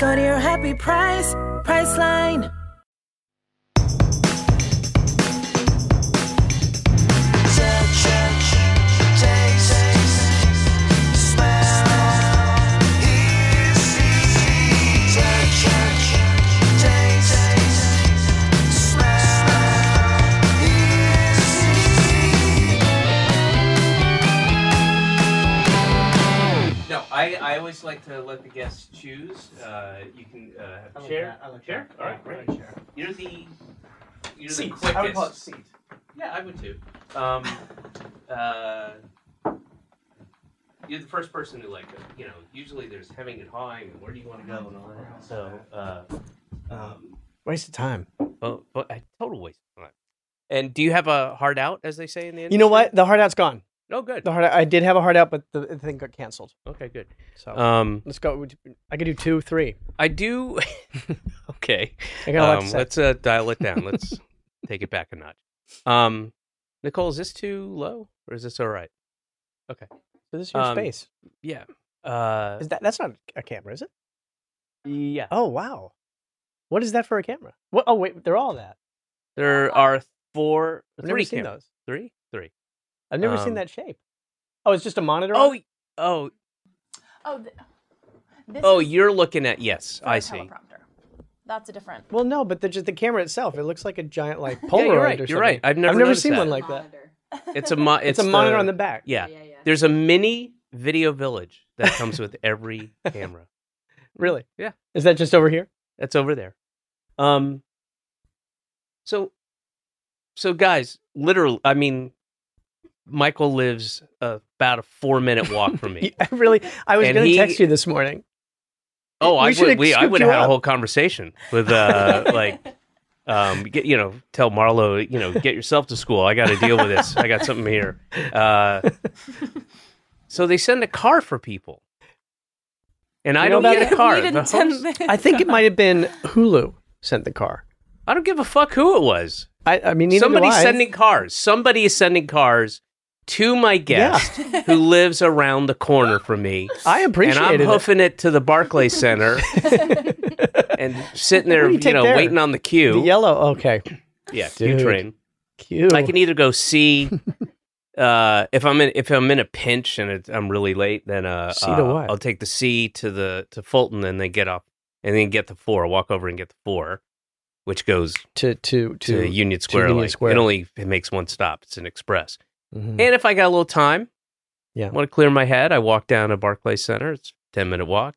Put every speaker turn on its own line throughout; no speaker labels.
Go to your happy price, Priceline.
No, I, I always like to let the guests choose. Uh, you can uh, share.
that, I like
share.
that.
All right,
Yeah, I like
great. You're the you're the quickest.
I would call it seat.
Yeah, I would too. Um, uh, you're the first person who like uh, you know. Usually there's hemming and hawing and where do you want to go and all that. So, uh, um,
Waste of time.
well, but I total waste of time. And do you have a hard out, as they say in the industry?
You know what? The hard out's gone.
Oh, good.
The hard out, I did have a hard out, but the, the thing got canceled.
Okay, good.
So
Um,
let's go. I could do two, three.
I do. okay.
I got a lot to
Um,
say.
let's uh, dial it down. Let's take it back a notch. Um, Nicole, is this too low or is this all right?
So this is your
um,
space.
Yeah. Uh,
Is that that's not a camera, is it?
yeah.
Oh wow. What is that for a camera? What? Oh wait, they're all that.
There are four,
I've never
three
seen
cameras.
those.
Three, three.
I've never
Um,
seen that shape. Oh, it's just a monitor.
Oh,
on it?
y- oh,
Oh, th- this
oh!
is
You're looking at yes.
for
I
a
see.
teleprompter. That's a different.
well, no, but the, just the camera itself. It looks like a giant like Polaroid
Yeah, you're right.
or something.
You're right. I've never,
I've never
noticed
seen
that.
one like that.
It's a mo-
It's, a monitor on the back.
Yeah. There's a mini video village that comes with every camera.
Really?
Yeah.
Is that just over here?
That's over there. Um so so guys, literally I mean Michael lives about a 4 minute walk from me.
I really. I was
And
going to
he-
text you this morning.
oh, I
we should
would
have
we I
scooped
would
you
have had a
up.
whole conversation with uh like um get, you know, tell Marlo, you know, get yourself to school. I got to deal with this. I got something here. Uh So they send a car for people. And I
You know
don't get
about
a car.
We didn't
The
send
host-
this.
I think it might have been Hulu sent the car.
I don't give a fuck who it was.
I, I mean, neither do
Somebody's
I.
sending cars. Somebody is sending cars to my guest who lives around the corner from me.
I
And I'm
appreciated it.
hoofing it to the Barclay Center and sitting
What
there,
do you
you,
take
know,
there?
waiting on the
The
queue.
yellow. Okay.
yeah, queue
Dude.
train.
Cute.
I can either go see uh, if I'm in if I'm in a pinch and it, I'm really late, then uh,
C to
uh,
what?
I'll take the C to the to Fulton and then get up and then get the four, walk over and get the four, which goes
to to
to,
to.
Union Square.
Union
like,
Square.
It only it makes one stop. It's an express.
Mhm.
And if I got a little time,
Yeah.
want to clear my head, I walk down to Barclay Center. It's a 10 minute walk.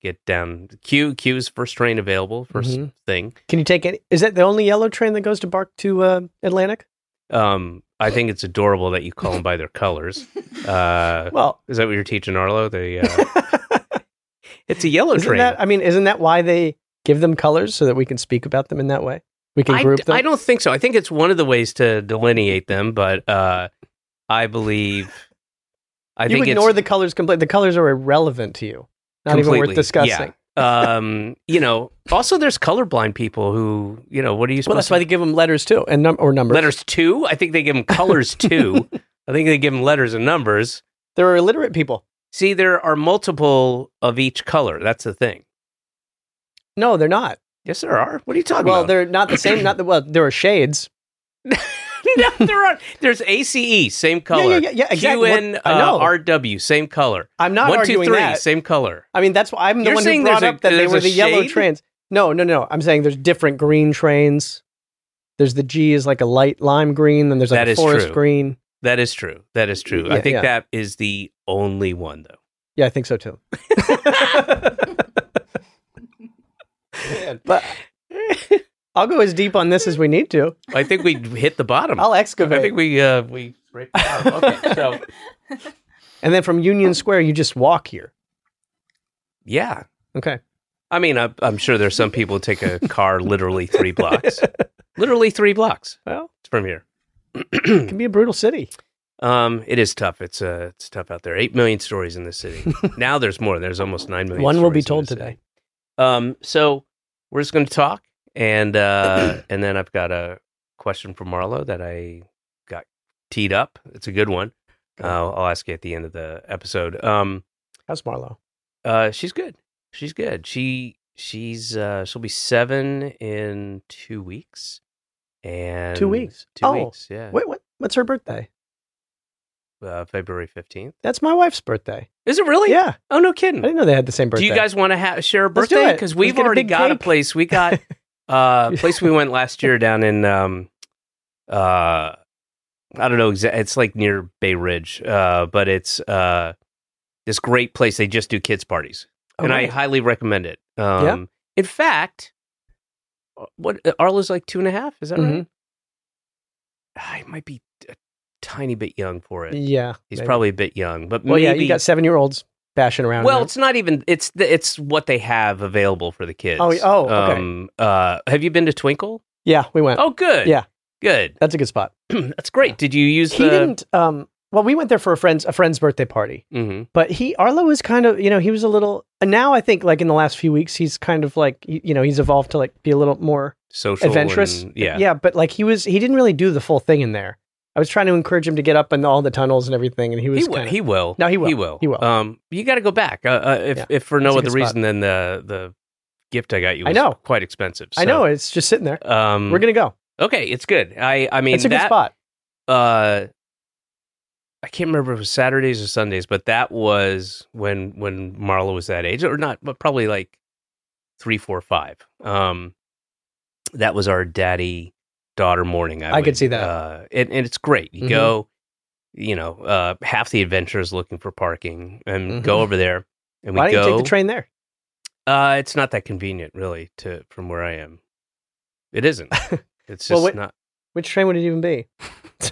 Get down queue. Queue is first train available, 1st
Mhm.
thing.
Can you take any? Is that the only yellow train that goes to Bark to uh, Atlantic?
Um, I think it's adorable that you call them by their colors. Uh,
Well,
is that what you're teaching Arlo? They, uh, it's a yellow
isn't
train.
that? I mean, isn't that why they give them colors so that we can speak about them in that way? We can
I,
group
d-
them.
I don't think so. I think it's one of the ways to delineate them, but uh, I believe. I
you
think
ignore
it's,
the colors completely. The colors are irrelevant to you. Not even worth
Completely,
discussing.
um, you know, also there's colorblind people who, you know, what are you
Well,
supposed
that's why
to
they give them letters too, and num- or numbers.
letters two? I think they give them colors too. I think they give them letters and numbers.
There are illiterate people.
See, there are multiple of each color. That's the thing.
No, they're not.
Yes, there are. What are you talking
Well,
about?
they're not the same. Not the well. There are shades.
no, there are. There's ACE, same color.
yeah, yeah, exactly. What-
QN,
I know.
uh, RW, same color.
I'm not
One, two,
arguing
three,
that.
same color.
I mean, that's why I'm the
You're
one who
saying there's
brought up
a-
that they
there's
were
a
the yellow
shade?
trains. No, no, no. I'm saying there's different green trains. There's the G is like a light lime green, then there's like
That
a
is
forest
true.
green.
That is true. That is true. I
Yeah,
think
yeah.
that is the only one, though.
Yeah, I think so too. but I'll go as deep on this as we need to.
I think we hit the bottom.
I'll excavate.
I think we uh, we right the bottom. Okay, so
and then from Union Square, you just walk here.
yeah,
Okay.
I mean, I, I'm sure there's some people who take a car literally three blocks, literally three blocks
Well,
from here.
it can be a brutal city.
Um, it is tough. It's uh, it's tough out there. Eight million stories in this city. now there's more. There's almost nine million.
One will be
stories in
told
this city.
today.
Um, so we're just going to talk, and uh, and then I've got a question for Marlo that I got teed up. It's a good one. Uh, I'll ask you at the end of the episode. Um,
How's Marlo?
uh, she's good. She's good. She she's uh, she'll be seven in two weeks. And
Two weeks.
Two
Oh,
weeks. Yeah.
Wait, what? What's her birthday?
Uh, February fifteenth.
That's my wife's birthday.
Is it really?
Yeah,
Oh no,
I
kidding.
didn't know they had the same birthday.
Do you guys want to ha- share a
Let's do
birthday?
it.
Because
Let's
we've
get a
already
big
got a
cake.
place. We got uh, a place we went last year down in um, uh, I don't know exactly. It's like near Bay Ridge, uh, but it's uh, this great place. They just do kids parties,
Oh,
and I
right.
highly recommend it. Um,
Yeah.
In fact, uh, what Arlo's like two and a half? Is that
Mm-hmm.
right? I might be a tiny bit young for it.
Yeah,
He's
maybe.
probably a bit young, but
Well,
maybe
yeah, you got seven-year-olds bashing around.
well,
now.
it's not even it's the, it's what they have available for the kids.
Oh, y- oh, okay.
Um, uh, have you been to Twinkle?
yeah, we went.
Oh, good.
yeah.
good.
That's a good spot.
That's great. Did you use
He
the?
didn't. Um, well, we went there for a friend's a friend's birthday party,
Mhm.
but he Arlo was kind of you know he was a little. And now I think like in the last few weeks he's kind of like you, you know he's evolved to like be a little more
social
adventurous.
and- yeah,
yeah, but like he was he didn't really do the full thing in there. I was trying to encourage him to get up in all the tunnels and everything, and he was
He will.
kinda-
He will.
No, he will.
He will.
He will.
Um, you got to go back. Uh, uh, if
Yeah.
if for
That's
no
a
other
good spot.
reason than the the gift I got you.
I
Was
know.
Quite expensive.
I know
it.
it's just sitting there.
Um,
We're gonna go.
Okay, it's good. I I mean
it's a good
that-
spot.
uh I can't remember if it was Saturdays or Sundays, but that was when when Marla was that age, or not, but probably like three, four, five. Um, that was our daddy daughter morning. I,
I could
would,
see that.
uh, and, and it's great. You
Mhm.
go, you know, uh, half the adventure is looking for parking, and go
Mhm.
over there, and we
Why don't
go.
you take the train there?
Uh, it's not that convenient, really, to from where I am. It isn't. It's just
Well, wait-
not.
Which train would it even be?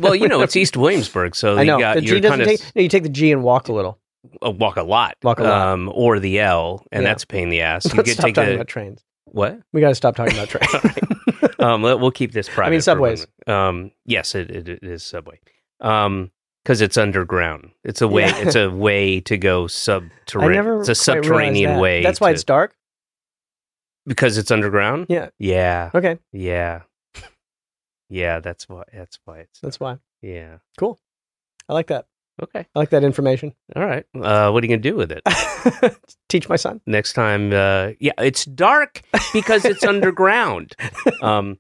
Well, you know, it's East Williamsburg, so
I know
Oh, you got
the
you're
G doesn't
kinda-
take. No, you take the G and walk a little.
uh, walk a lot,
Walk a lot.
um, or the L, and
Yeah.
that's a pain in the ass. You
Let's
could
stop
take
talking
the
about trains.
what?
We got to stop talking about trains.
Um, let- we'll keep this private. for a
subways.
moment. Um, yes, it, it, it is subway. Um, because it's underground. It's a way.
Yeah.
It's a way to go
I
subterranean.
never.
It's a
quite realized
subterranean
that.
way.
That's why
to-
it's dark.
because it's underground.
Yeah.
Yeah.
Okay,
Yeah. Yeah. That's why. That's why it's.
that's why.
Yeah.
I like that.
Okay.
I like that information.
All right. Uh, what are you gonna do with it?
Teach my son.
next time uh yeah it's dark because it's underground um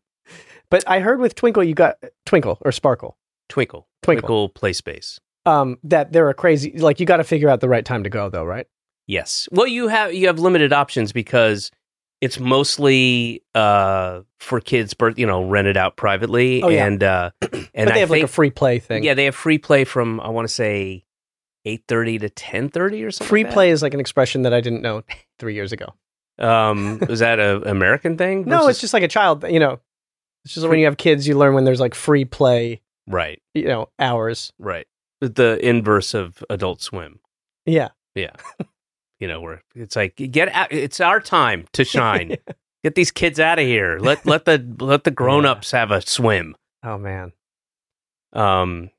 But I heard with Twinkle, you got Twinkle or Sparkle.
twinkle
Twinkle.
play space
Um, that they're a crazy. Like you got to figure out the right time to go, though, right?
yes well you have you have limited options because it's mostly uh for kids birth you know rented out privately
Oh, yeah.
and uh and
but they
I think,
have like a free play thing.
yeah they have free play from i want to say 8:30 to 10:30 or something
free
like
play is like an expression that I didn't know three years ago.
that. um was that a american thing
No,
versus-
it's just like a child. You know, it's just when you have kids, you learn when there's like free play.
right
You know, hours.
right the inverse of adult swim
Yeah,
Yeah. you know, where it's like get out it's our time to shine. Get these kids out of here. Let let the let the grown-ups have a swim.
Oh man,
Um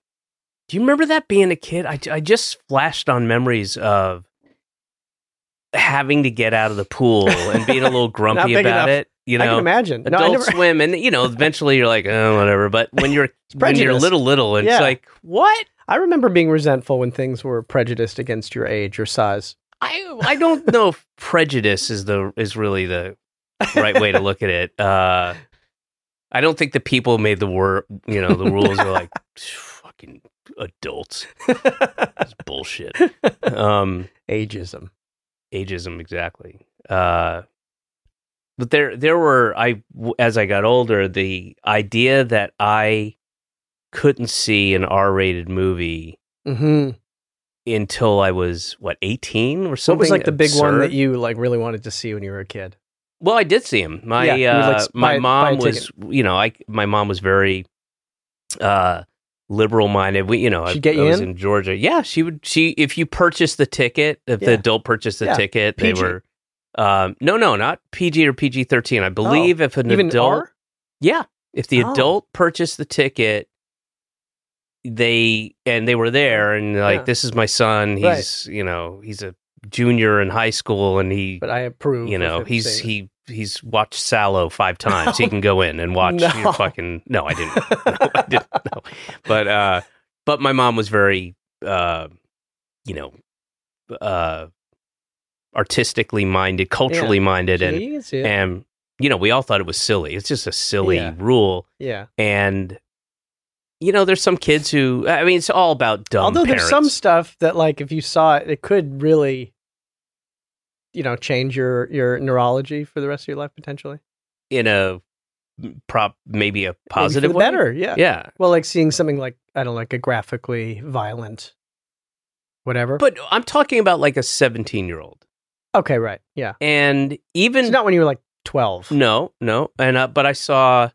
Do you remember that being a kid? I I just flashed on memories of having to get out of the pool and being a little grumpy
big
about
enough.
it, you
I can
know.
imagine. No,
Adult
I never.
swim, and you know, eventually you're like, oh, whatever. But when you're when you're
prejudice.
little, little, it's
Yeah.
like, what?
I remember being resentful when things were prejudiced against your age or size.
I I don't know if prejudice is the is really the right way to look at it. Uh, I don't think the people made the word. You know, the rules are like fucking adults. It's bullshit. Um,
Ageism.
ageism exactly. Uh, but there there were I as I got older, the idea that I couldn't see an R rated movie
Mm-hmm.
until I was what eighteen or something.
What was like the big one
absurd.
that you like really wanted to see when you were a kid?
Well, I did see him. My
Yeah, you would, like,
uh,
s- buy
my
a-
mom
buy a
was, you know, I my mom was very uh, liberal minded. We, you know, I,
She'd get
I
you
was
in?
in Georgia. Yeah, she would. She if you purchased the ticket, if
Yeah.
the adult purchased the
Yeah,
ticket,
PG.
they were Um, no, no, not PG or PG thirteen. I believe if an
Oh. Even
adult,
R?
yeah, if the
Oh.
adult purchased the ticket, they and they were there and like
Yeah.
this is my son.
Right.
He's you know he's a junior in high school and he
But I approve.
you
of
know
him
he's
saying
he he's watched Sallow five times. He can go in and watch you know,
No.
fucking no, I didn't, no, I didn't, no. But uh, but my mom was very uh, you know uh, artistically minded, culturally minded,
that. Yeah,
and
you can see it.
and you know we all thought it was silly. It's just a silly
Yeah.
rule,
yeah.
and you know there's some kids who I mean it's all about dumb.
Although
parents.
there's some stuff that, like, if you saw it, it could really, you know, change your your neurology for the rest of your life potentially.
in a prop maybe a
Maybe for
positive
the
way.
better. Yeah.
Yeah,
Well, like seeing something like I don't know, like a graphically violent, whatever.
But I'm talking about like a 17 year old,
okay, right. Yeah.
and
It's
even
not when you were like twelve.
no, no, and uh, but I saw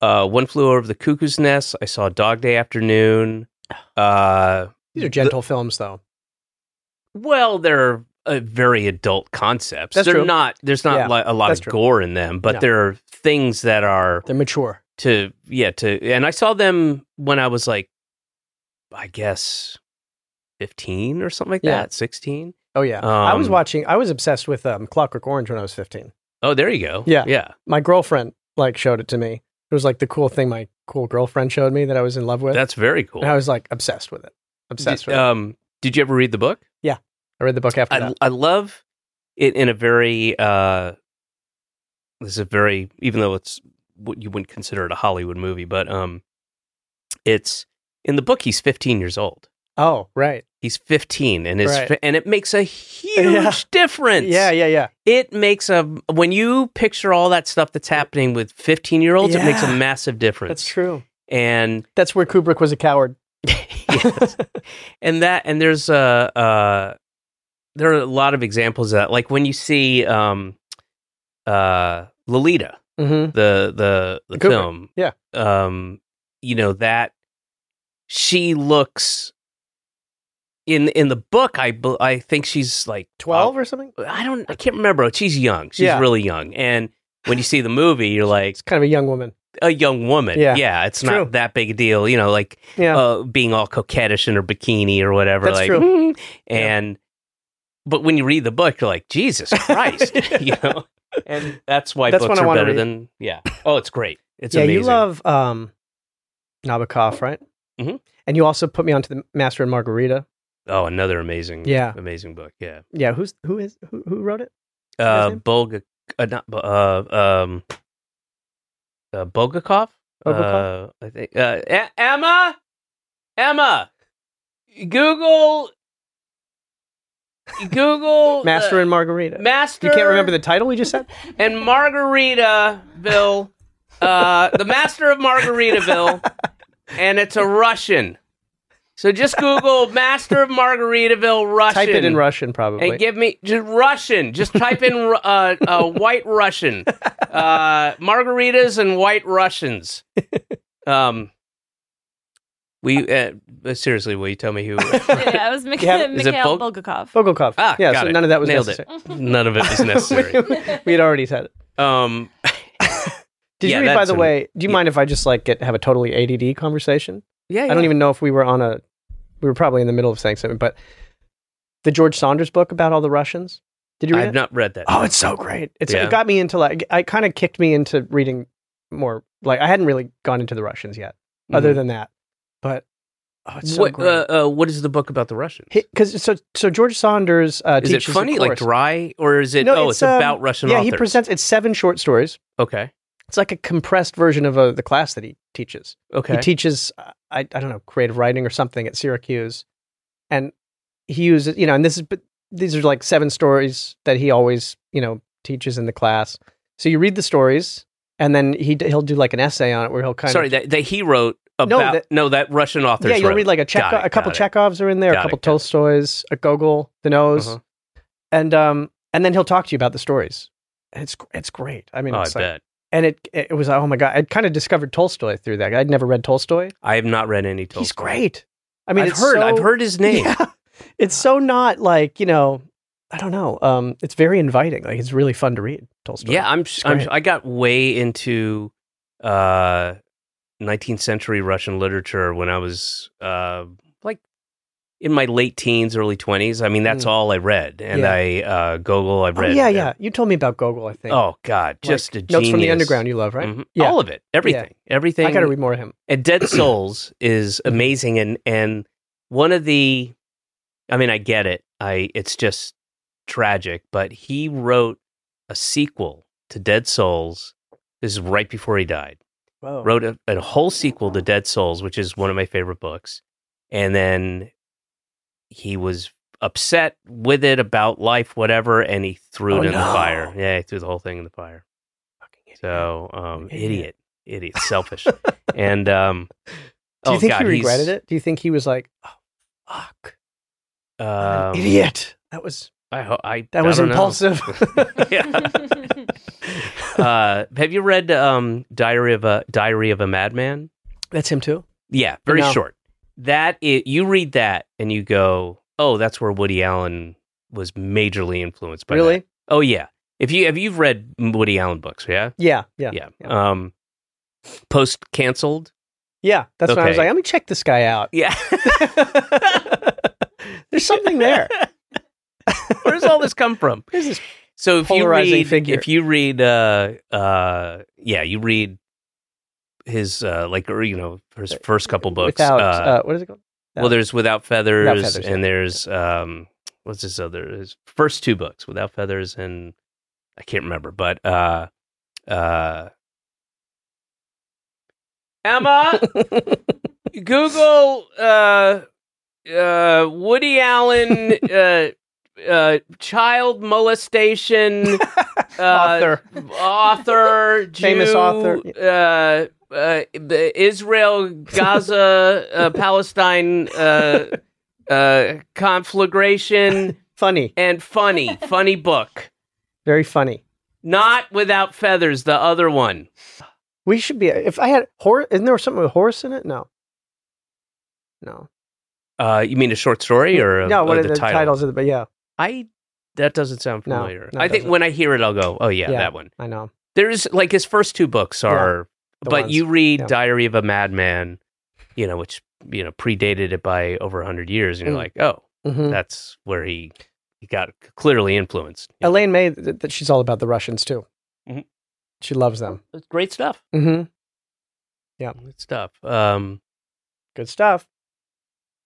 uh, one flew over the cuckoo's nest. I saw Dog Day Afternoon. Uh,
These are gentle films, though.
well, they're uh, very adult concepts.
That's
they're
true.
not. There's not
Yeah,
li- a lot
that's
of
true.
gore in them, but
No.
there are things that are
They're mature.
to yeah to. And I saw them when I was like, I guess, 15 or something like
Yeah.
that, 16.
Oh yeah. I was
Um,
watching. I was obsessed with um, Clockwork Orange when I was fifteen.
Oh, there you go.
Yeah.
yeah.
My girlfriend like showed it to me. It was like the cool thing my cool girlfriend showed me that I was in love with.
That's very cool.
And I was like obsessed with it. Obsessed
Did,
with it.
um, did you ever read the book?
I read the book after
I,
that.
I love it in a very uh, this is a very even though it's what you wouldn't consider it a Hollywood movie, but um, it's in the book he's 15 years old.
Oh right.
He's 15 and his
Right.
fa- and it makes a huge
Yeah.
difference.
Yeah, yeah, yeah.
It makes a when you picture all that stuff that's happening with 15 year olds, it makes a
Yeah.
massive difference.
That's true.
And
That's where Kubrick was a coward.
yes. and that and there's uh, uh there are a lot of examples of that like when you see um uh lolita
Mm-hmm.
the the, the
Kubrick,
film
yeah.
um you know that she looks in in the book i bel- i think she's like
Twelve or something.
i don't i can't remember she's young she's
Yeah.
really young and when you see the movie you're like
It's kind of a young woman.
a young woman
Yeah.
it's
True.
not that big a deal you know like
Yeah.
uh, being all coquettish in her bikini or whatever.
That's
like,
true.
"Mm," and but when you read the book, you're like, Jesus Christ, you know. And that's why
That's
books
what I
are
wanna
better
read.
than yeah. Oh, it's great. It's
yeah,
amazing.
you love um, Nabokov, right?
Mhm.
And you also put me onto the Master and Margarita.
oh, another amazing,
Yeah.
amazing book. Yeah,
Yeah, who's who is who, who wrote it?
uh,
name?
Bulga, uh, not Bu- uh, um, uh, Bulgakov. Uh,
Bulgakov?
I think uh, E- Emma, Emma, Google, Google
Master
uh,
and Margarita.
Master.
you can't remember the title we just said?
and Margaritaville, uh, the master of Margaritaville, and it's a Russian. So just Google master of Margaritaville Russian.
Type it in Russian, probably.
And give me just Russian. Just type in Ru- uh, uh, white Russian, uh, margaritas and white Russians. Um, we uh, seriously, will you tell me who?
yeah, it was Mik-
Yeah, is
it
Mikhail
Bog-
Bulgakov.
Bulgakov.
Ah,
yeah,
got
so
it.
none of that was
Nailed
necessary.
None of it was necessary.
we had already said it.
Um,
Did
Yeah,
you read, by
that's
the
an-
way, do you
yeah.
mind if I just like get have a totally ADD conversation?
yeah,
I don't
yeah.
even know if we were on a, we were probably in the middle of saying something, but the George Saunders book about all the Russians. Did you read
I've
it?
not read that.
Oh, it's so great. It's,
Yeah.
It got me into like, it kind of kicked me into reading more. Like, I hadn't really gone into the Russians yet, other than that. But, oh, it's so
Mm-hmm. what,
great.
uh, uh, what is the book about the Russians?
Because so, so George Saunders uh,
is it
teaches a
funny, like
course.
dry, or is it?
No,
oh, it's,
it's, um,
about Russian
yeah,
authors.
he presents it's seven short stories.
Okay,
It's like a compressed version of uh, the class that he teaches.
okay.
He teaches, uh, I, I don't know, creative writing or something at Syracuse, and he uses you know, and this is but these are like seven stories that he always you know teaches in the class. So you read the stories, and then he d- he'll do like an essay on it where he'll kind
Sorry,
of
that, that he wrote about. No, that,
that-
Russian authors.
yeah, you'll
wrote.
read like a Chekho-
Got it,
a couple
got it.
Chekhovs are in there,
Got
a
it,
couple
got it.
Tolstoys, a Gogol, the nose,
Uh-huh.
and um, and then he'll talk to you about the stories. And It's it's great. I mean,
Oh, I
it's like,
bet.
and it it was oh my god! I kind of discovered Tolstoy through that. I'd never read Tolstoy.
I have not read any. Tolstoy.
He's great. I mean,
I've
it's
heard.
so-
I've heard his name.
Yeah. it's so not like you know I don't know. Um, it's very inviting. Like it's really fun to read Tolstoy.
Yeah, I'm,
It's
I'm
great.
I got way into uh 19th century Russian literature when I was uh like in my late teens, early 20s. I mean, that's
Mm.
all I read. And
Yeah.
I uh Gogol I
Oh,
read.
yeah, yeah. You told me about Gogol. I think.
Oh god,
Like,
just a genius.
Notes from the Underground. You love, right?
Mhm.
Yeah.
All of it. Everything. Everything.
I got to read more of him.
And Dead Souls is amazing, and and one of the, I mean, I get it. I it's just tragic, but he wrote a sequel to Dead Souls. This is right before he died.
Whoa.
Wrote a, a whole sequel to Dead Souls, which is one of my favorite books, and then he was upset with it about life, whatever, and he threw
Oh,
it in the
no.
fire. Yeah, he threw the whole thing in the fire. So, um,
Idiot.
idiot, idiot, selfish, and um,
Do you
oh,
think
God,
he
he's-
regretted it? Do you think he was like, oh, fuck, I'm an
Um,
idiot? That was
I, ho- I
that
I
was
don't know.
impulsive.
Yeah. uh, have you read um, Diary of a Diary of a Madman?
That's him too.
Yeah, very
No.
short. That i you read that and you go, oh, that's where Woody Allen was majorly influenced by. that."
Really?
Oh yeah. If you have you've read Woody Allen books, yeah,
Yeah, yeah, yeah.
Um, post canceled.
that's when I was
Okay.
like, let me check this guy out.
Yeah.
There's something there.
Where does all this come from?
There's this
So if you
Polarizing
read,
figure.
if you read, uh, uh, yeah, you read his uh, like or, you know his first couple books.
without
uh,
uh, what is it called?
well, there's without feathers,
Feathers,
and
yeah.
there's um, what's his other his first two books, without feathers, and I can't remember, but uh, uh, Emma, Google uh, uh, Woody Allen uh, uh, child molestation uh,
author.
author,
Famous
Jew,
author.
uh, uh, the Israel, Gaza, uh, Palestine uh, uh, conflagration,
Funny,
and funny, funny book.
very funny.
Not without feathers, the other one.
We should be. If I had horse, isn't there something with horse in it? No, no,
Uh, you mean a short story or a,
no. What
or
are
Uh, the,
the
title?
titles of the? But yeah,
I that doesn't sound
No,
familiar.
no, it
I think
doesn't.
when I hear it, I'll go, oh yeah,
Yeah.
that one.
I know.
There's like his first two books
Yeah,
are,
the
but
ones.
you read
Yeah.
Diary of a Madman, you know, which you know predated it by over hundred years, and you're
Mm.
like, oh,
Mhm.
that's where he he got clearly influenced. You know,
Elaine May, th- that she's all about the Russians too.
Mhm.
She loves them.
it's great stuff.
Mm-hmm.
Good stuff. Um,
Good stuff.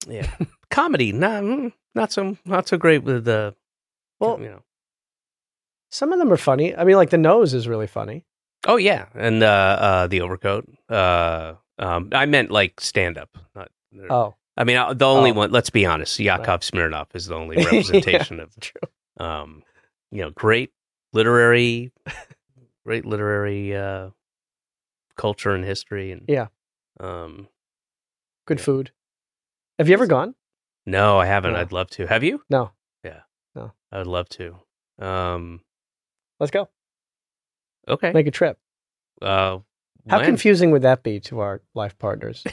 yeah, comedy not mm, not so not so great with the.
Well-
you know.
Some of them are funny. I mean, like the nose is really funny.
Oh yeah, and uh, uh, the overcoat. Uh, um, I meant like stand up. Not.
Oh,
I mean, uh, the only
Oh.
one. Let's be honest. Yakov
Right.
Smirnov is the only
Yeah.
representation of
true.
um, you know, great literary, great literary uh, culture and history, and
Yeah.
Um,
Good food. Have you ever gone?
no, I haven't.
No.
I'd love to. Have you?
No.
Yeah.
No.
I would love to. Um.
Let's go.
Okay.
Make a trip.
uh,
How
when?
confusing would that be to our life partners?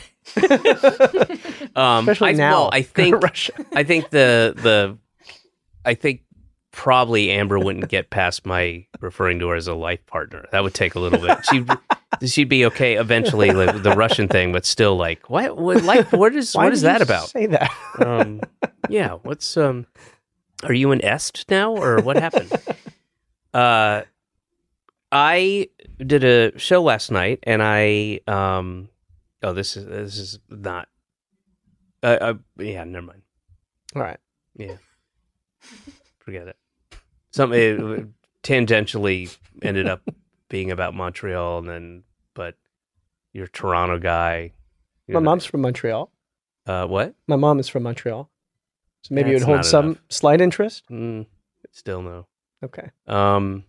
Um,
Especially
I,
now.
well, I
Go to
think
Russia.
I think the the I think probably Amber wouldn't get past my referring to her as a life partner. That would take a little bit. She she'd be okay eventually like, with the Russian thing, but still like what what life what is
Why
what is
did you
that about?
Say that.
Um, yeah, what's um are you an est now or what happened? uh I did a show last night and I um oh this is this is not uh, uh yeah, never mind.
All right.
Yeah. Forget it. Some it uh, tangentially ended up being about Montreal, and then but you're a Toronto guy.
My mom's from Montreal.
uh, what?
My mom is from Montreal. So maybe it would
That's
hold
not
some
enough.
slight interest.
Mm, still no.
Okay.
Um,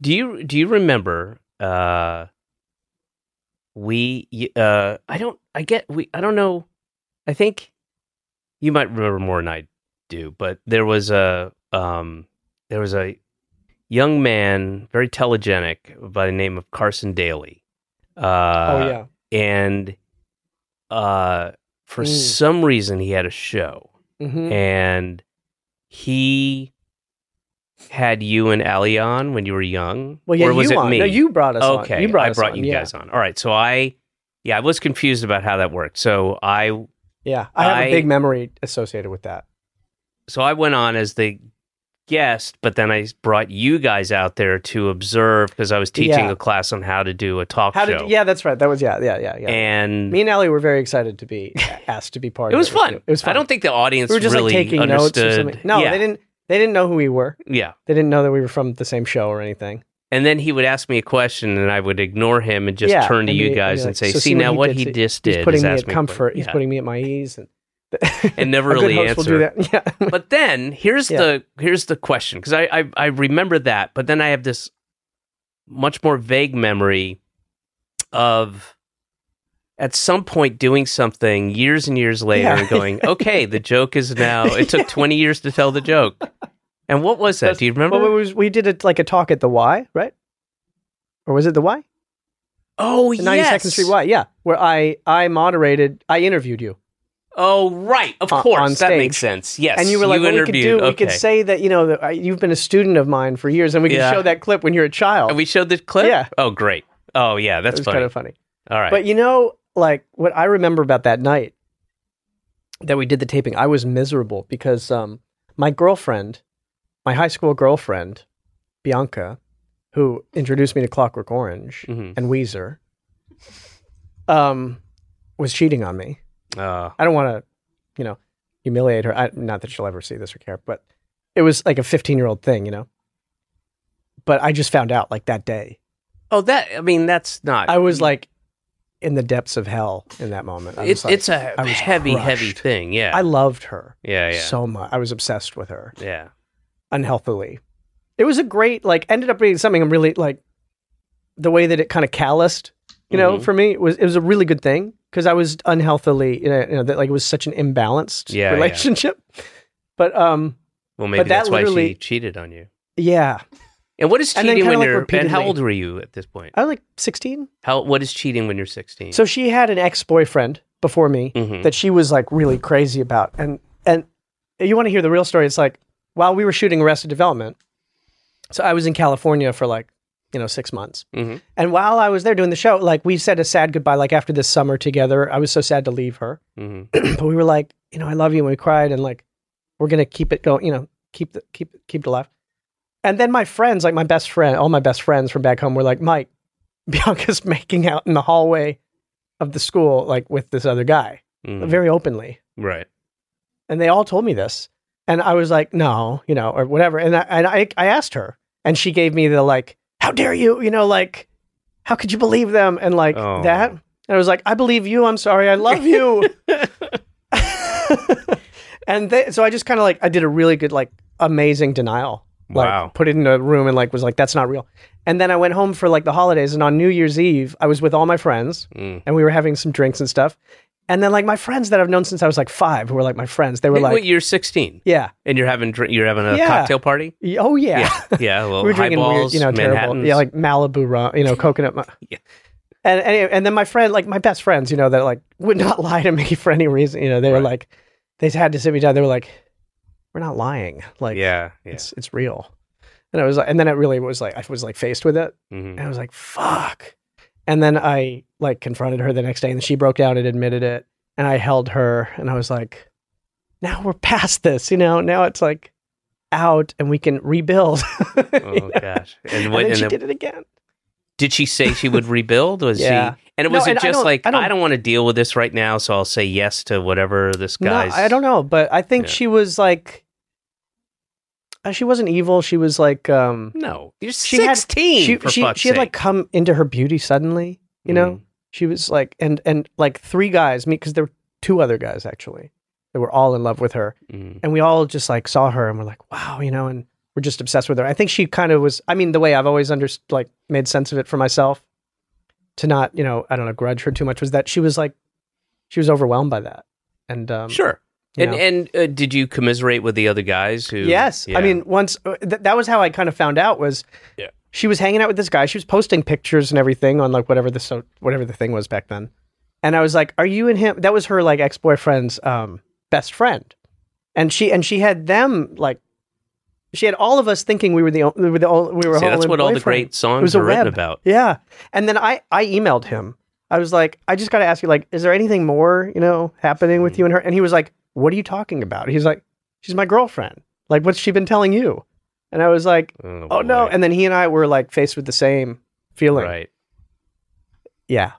do you do you remember? Uh, we y- uh, I don't. I get we. I don't know. I think you might remember more than I do, but there was a um, there was a young man, very telegenic, by the name of Carson Daly. Uh,
oh yeah.
and uh, for
Mm.
some reason, he had a show
Mm-hmm.
and he had you and Ali on when you were young.
Well, yeah,
or was
you
it
on.
me?
No, you brought us on.
okay,
You brought
I
us
brought
on,
you
yeah.
guys on. All right, so I, yeah, I was confused about how that worked. So I,
Yeah, I have a
I-
big memory associated with that.
so I went on as the guest, but then I brought you guys out there to observe because I was teaching
Yeah.
a class on how to do a talk
How
show.
did? Yeah, that's right. That was yeah, yeah, yeah, yeah.
and
Me and Ellie were very excited to be asked to be part.
it
of
was
it.
fun.
It was fun.
I don't think the audience
we were just
really
like taking notes or
understood.
something. No,
yeah,
they didn't. They didn't know who we were.
Yeah.
They didn't know that we were from the same show or anything.
and then he would ask me a question and I would ignore him and just
Yeah,
turn to
and
you
be-
guys
be
and
like,
say,
"So
see,
see what
now
he
what
did
he
to-
just
He's
did
putting
is
me
ask
at
a
comfort.
question."
He's
Yeah.
putting me at my ease, and
And never
a good
really
host will do
answer.
that. Yeah.
But then here's
Yeah.
the here's the question because I, I I remember that, but then I have this much more vague memory of at some point doing something years and years later
Yeah.
and going, okay, the joke is now. It took twenty years to tell the joke, and what was that?
That's-
Do you remember?
Well, we, was, we did it like a talk at the Y, right? Or was it the Y?
oh
The 92nd
yes,
Street Y, yeah. Where I I moderated, I interviewed you,
Oh right, of
On-
course,
on
that makes
stage.
sense. Yes,
and you were like, "Well, we could do,
interviewed-
we could
okay.
say that you know that I, you've been a student of mine for years, and we could
Yeah.
show that clip when you're a child."
And we showed the clip?
Yeah.
Oh, great. Oh, yeah.
it
That's
was
funny.
kind of funny.
All right.
But you know, like what I remember about that night that we did the taping, I was miserable because um, my girlfriend, my high school girlfriend, Bianca, who introduced me to Clockwork Orange
Mhm.
and Weezer, um, was cheating on me.
Uh,
I don't want to, you know, humiliate her. I, not that she'll ever see this or care, but it was like a 15 year old thing, you know? But I just found out like that day.
oh, that, I mean, that's not.
I was like in the depths of hell in that moment. I was,
it's,
like-
it's a
I was
heavy, heavy
crushed.
thing. Yeah.
I loved her
yeah. Yeah.
so much. I was obsessed with her
yeah.
unhealthily. It was a great, like, ended up being something I'm really like the way that it kind of calloused, you know,
Mhm.
for me it was, it was a really good thing because I was unhealthily, you know, you know, that like it was such an imbalanced
Yeah, yeah.
relationship. But, um,
Well, maybe
that
that's why she
literally-
cheated on you.
yeah,
And what is
And then
cheating
kinda,
when
like,
you're. And how
repeatedly-
old were you at this point?
I was like 16.
How What is cheating when you're 16?
So she had an ex boyfriend before me
Mhm.
that she was like really crazy about, and and you want to hear the real story. It's like while we were shooting Arrested Development, so I was in California for like you know six months,
Mhm.
and while I was there doing the show, like we said a sad goodbye. Like after this summer together, I was so sad to leave her,
Mhm.
but we were like, you know, I love you, and we cried, and like we're gonna keep it going, you know, keep the keep keep it alive. And then my friends, like my best friend, all my best friends from back home, were like, Mike, Bianca's making out in the hallway of the school, like with this other guy,
Mhm.
very openly,
Right.
and they all told me this, and I was like, no, you know, or whatever, and I and I, I asked her, and she gave me the like, how dare you, you know, like, how could you believe them, and like
Oh.
that, and I was like, I believe you, I'm sorry, I love you. and they, so I just kind of like I did a really good like amazing denial. Like,
Wow.
Put it in a room and like was like that's not real. And then I went home for like the holidays and on New Year's Eve I was with all my friends
Mm.
and we were having some drinks and stuff. And then like my friends that I've known since I was like five who were like my friends they were
Wait,
like
you're 16
yeah
and you're having drink, you're having a
Yeah.
cocktail party.
Y- oh yeah.
Yeah, well,
we were drinking
highballs,
weird you know terrible
Manhattans.
yeah like Malibu rum you know coconut. Mu-
Yeah.
And, and and then my friend like my best friends you know that like would not lie to me for any reason you know they were
Right.
like they had to sit me down they were like we're not lying like
yeah, yeah.
it's it's real. And I was like, and then it really was like I was like faced with it,
Mhm.
and I was like, fuck. And then I like confronted her the next day, and she broke down and admitted it, and I held her, and I was like, now we're past this, you know. Now it's like out, and we can rebuild.
Oh gosh! And
And
what?
then
and
she
then-
did it again.
Did she say she would rebuild? Was
Yeah.
she? And
No,
was
and
it
I
just
don't-
like I
I
don't,
don't-
want to deal with this right now, so I'll say yes to whatever this guy's.
No, I don't know, but I think
Yeah.
she was like, uh, she wasn't evil. She was like, um,
No, you're
She had-
sixteen.
she
for
she,
fuck's
she had
sake. Mm-hmm.
like come into her beauty suddenly, you know. she was like and and like three guys me because there were two other guys actually that were all in love with her
Mm, mm.
and we all just like saw her and we're like wow you know and we're just obsessed with her i think she kind of was i mean the way i've always under like made sense of it for myself to not you know i don't know grudge her too much was that she was like she was overwhelmed by that and um
sure.
you
And
know.
and uh, did you commiserate with the other guys who?
Yes,
Yeah.
I mean once uh, th- that was how I kind of found out was
Yeah.
she was hanging out with this guy. She was posting pictures and everything on like whatever the so whatever the thing was back then, and I was like, "Are you and him?" That was her like ex boyfriend's um, best friend, and she and she had them like she had all of us thinking we were the o- we were the o- we were
See,
whole
that's
and
what all the
boyfriend.
great songs
It was a
are written
web.
about.
Yeah, and then I I emailed him. I was like, I just got to ask you, like, is there anything more you know happening
Hmm.
with you and her? And he was like, What are you talking about? He's like, She's my girlfriend. Like, what's she been telling you? And I was like, Oh no!
boy.
And then he and I were like faced with the same feeling.
right.
Yeah.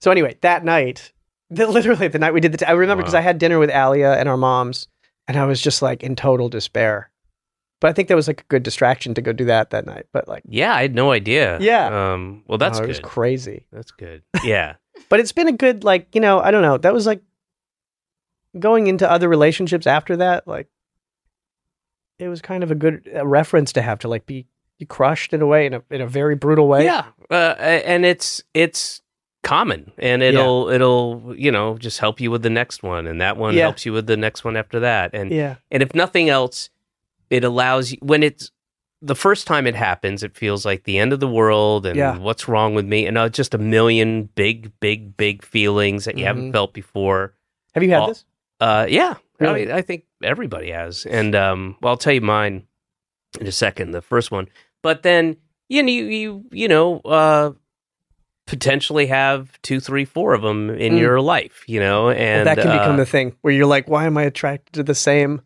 So anyway, that night, the, literally the night we did the, t- I remember because
Wow.
I had dinner with Alia and our moms, and I was just like in total despair. But I think that was like a good distraction to go do that that night. But like,
Yeah, I had no idea.
Yeah.
Um. Well, that's
oh, it was
good.
crazy.
that's good. Yeah.
But it's been a good like you know I don't know that was like going into other relationships after that like it was kind of a good uh reference to have to like be you crushed in a way in a in a very brutal way.
Yeah, uh, a- and it's it's common, and it'll it'll you know just help you with the next one, and that one
Yeah.
helps you with the next one after that, and
Yeah.
and if nothing else, it allows you when it's the first time it happens, it feels like the end of the world and
Yeah.
what's wrong with me, and uh, just a million big big big feelings that you haven't
Mhm.
felt before.
Have you had
Well,
this?
Uh, yeah,
Really?
I, mean, I think everybody has, and um, well, I'll tell you mine in a second. The first one, but then you know, you you, you know, uh, potentially have two, three, four of them in
Mm.
your life, you know, and
that can
uh,
become the thing where you're like, why am I attracted to the same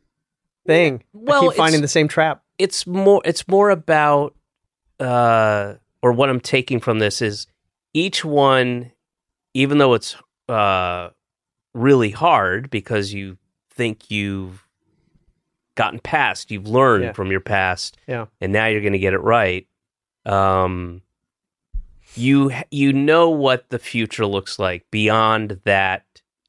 thing?
Well,
I keep finding the
it's-
same trap.
it's more it's more about uh, or what I'm taking from this is each one, even though it's uh, really hard because you think you've gotten past, you've learned
Yeah.
from your past,
Yeah.
and now you're going to get it right. Um, you you know what the future looks like beyond that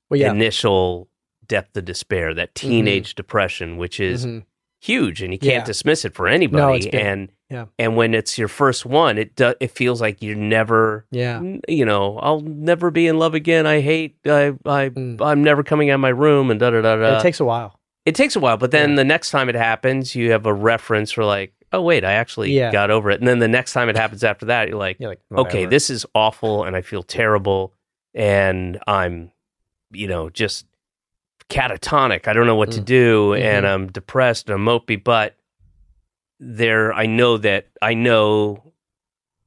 Well, yeah.
initial depth of despair, that teenage depression, which is
Mhm.
huge and you can't
Yeah.
dismiss it for anybody
big.
and
Yeah.
and when it's your first one it do, it feels like you're never
Yeah.
n- you know I'll never be in love again I hate I I
Mm.
I'm never coming out of my room and da da da da
it takes a while.
it takes a while but then
Yeah.
the next time it happens you have a reference for like oh wait I actually
Yeah.
got over it and then the next time it happens after that you're like
You're like,
okay
whatever.
this is awful and I feel terrible and I'm you know just catatonic I don't know what to
Mm.
do
Mhm.
and I'm depressed and I'm mopey but there I know that I know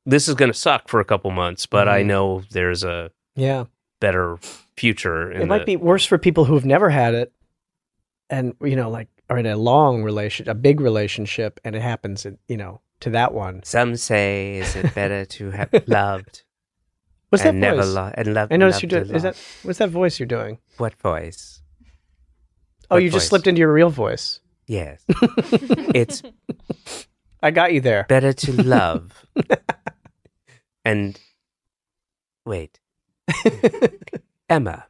this is going to suck for a couple months, but I
Mhm.
know there's a
Yeah.
better future. In
It might
the-
be worse for people who've never had it and, you know, like are in a long relationship, a big relationship, and it happens, in, you know, to that one.
Some say, is it better to have loved
What's that
and never
voice?
loved and loved?
I noticed
loved
you did.
and
Is that
loved?
what's that voice you're doing?
what voice?
Oh,
What
you just
voice?
slipped into your real voice.
Yes, it's
I got you there.
better to love and wait emma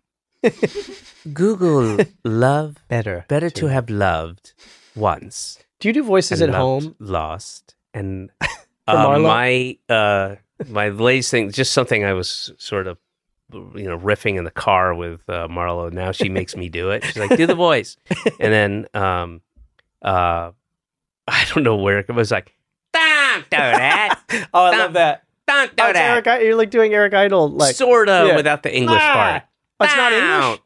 google love
Better.
better to have loved once
Do you do voices
and
at
loved
home?
lost and
For
uh,
Marlo?
my uh my latest thing just something i was sort of you know riffing in the car with uh, marlo now she makes me do it she's like do the voice and then um uh i don't know where it was like don't do that
Oh, I love that.
don't do
Oh, it's
that
Eric, I- you're like doing Eric Idle, like
sort of
yeah.
without the English part.
Oh, it's not English.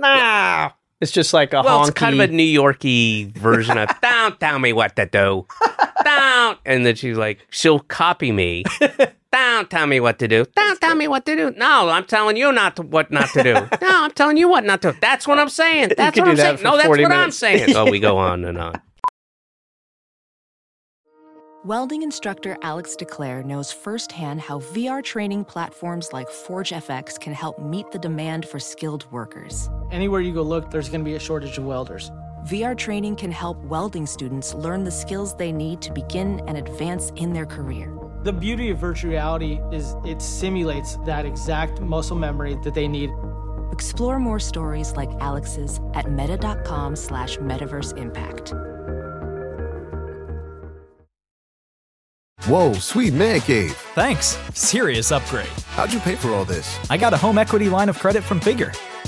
Down.
No, it's just like a
Well,
honky.
it's kind of a New Yorky version of "Don't tell me what to do." Don't, and then she's like, she'll copy me. Don't tell me what to do. Don't tell me what to do. No, I'm telling you not to, what not to do. No, I'm telling you what not to. That's what I'm saying. That's
could
what
do
I'm
that
saying.
for
No, that's what
40
I'm
minutes.
saying. Oh, we go on and on.
Welding instructor Alex DeClaire knows firsthand how VR training platforms like ForgeFX can help meet the demand for skilled workers.
Anywhere you go look, there's going to be a shortage of welders.
VR training can help welding students learn the skills they need to begin and advance in their career.
The beauty of virtual reality is it simulates that exact muscle memory that they need.
Explore more stories like Alex's at meta.com slash metaverse impact.
Whoa, sweet man cave.
Thanks. Serious upgrade.
How'd you pay for all this?
I got a home equity line of credit from Figure.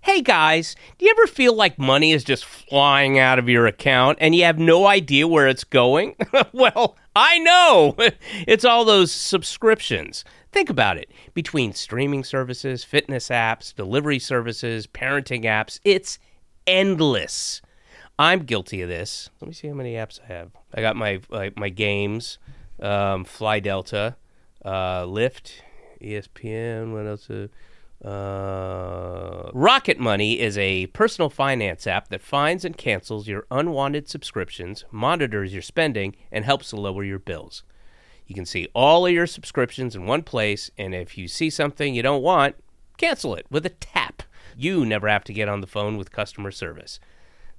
Hey guys, do you ever feel like money is just flying out of your account and you have no idea where it's going? well, I know. it's all those subscriptions. Think about it. Between streaming services, fitness apps, delivery services, parenting apps, it's endless. I'm guilty of this. Let me see how many apps I have. I got my uh, my games, um, Fly Delta, uh, Lyft, E ESPN. What else? Uh, uh, Rocket Money is a personal finance app that finds and cancels your unwanted subscriptions, monitors your spending, and helps to lower your bills. You can see all of your subscriptions in one place, and if you see something you don't want, cancel it with a tap. You never have to get on the phone with customer service.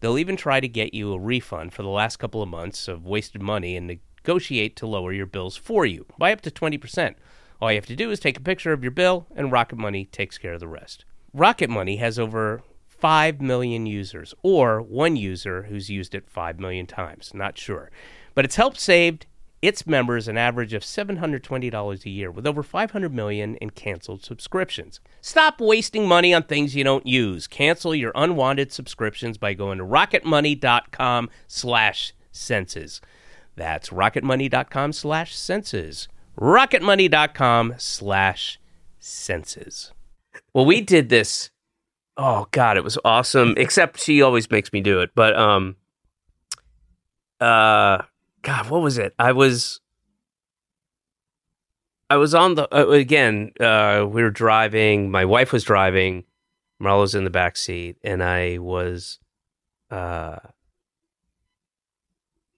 They'll even try to get you a refund for the last couple of months of wasted money and negotiate to lower your bills for you by up to 20%. All you have to do is take a picture of your bill, and Rocket Money takes care of the rest. Rocket Money has over 5 million users, or one user who's used it 5 million times, not sure. But it's helped saved its members an average of $720 a year with over 500 million in canceled subscriptions. Stop wasting money on things you don't use. Cancel your unwanted subscriptions by going to rocketmoney.com slash senses. That's rocketmoney.com slash senses. Rocketmoney.com slash senses. Well, we did this. Oh God, it was awesome. Except she always makes me do it. But um uh God, what was it? I was I was on the uh, again, uh we were driving, my wife was driving, Marlo's in the back seat, and I was uh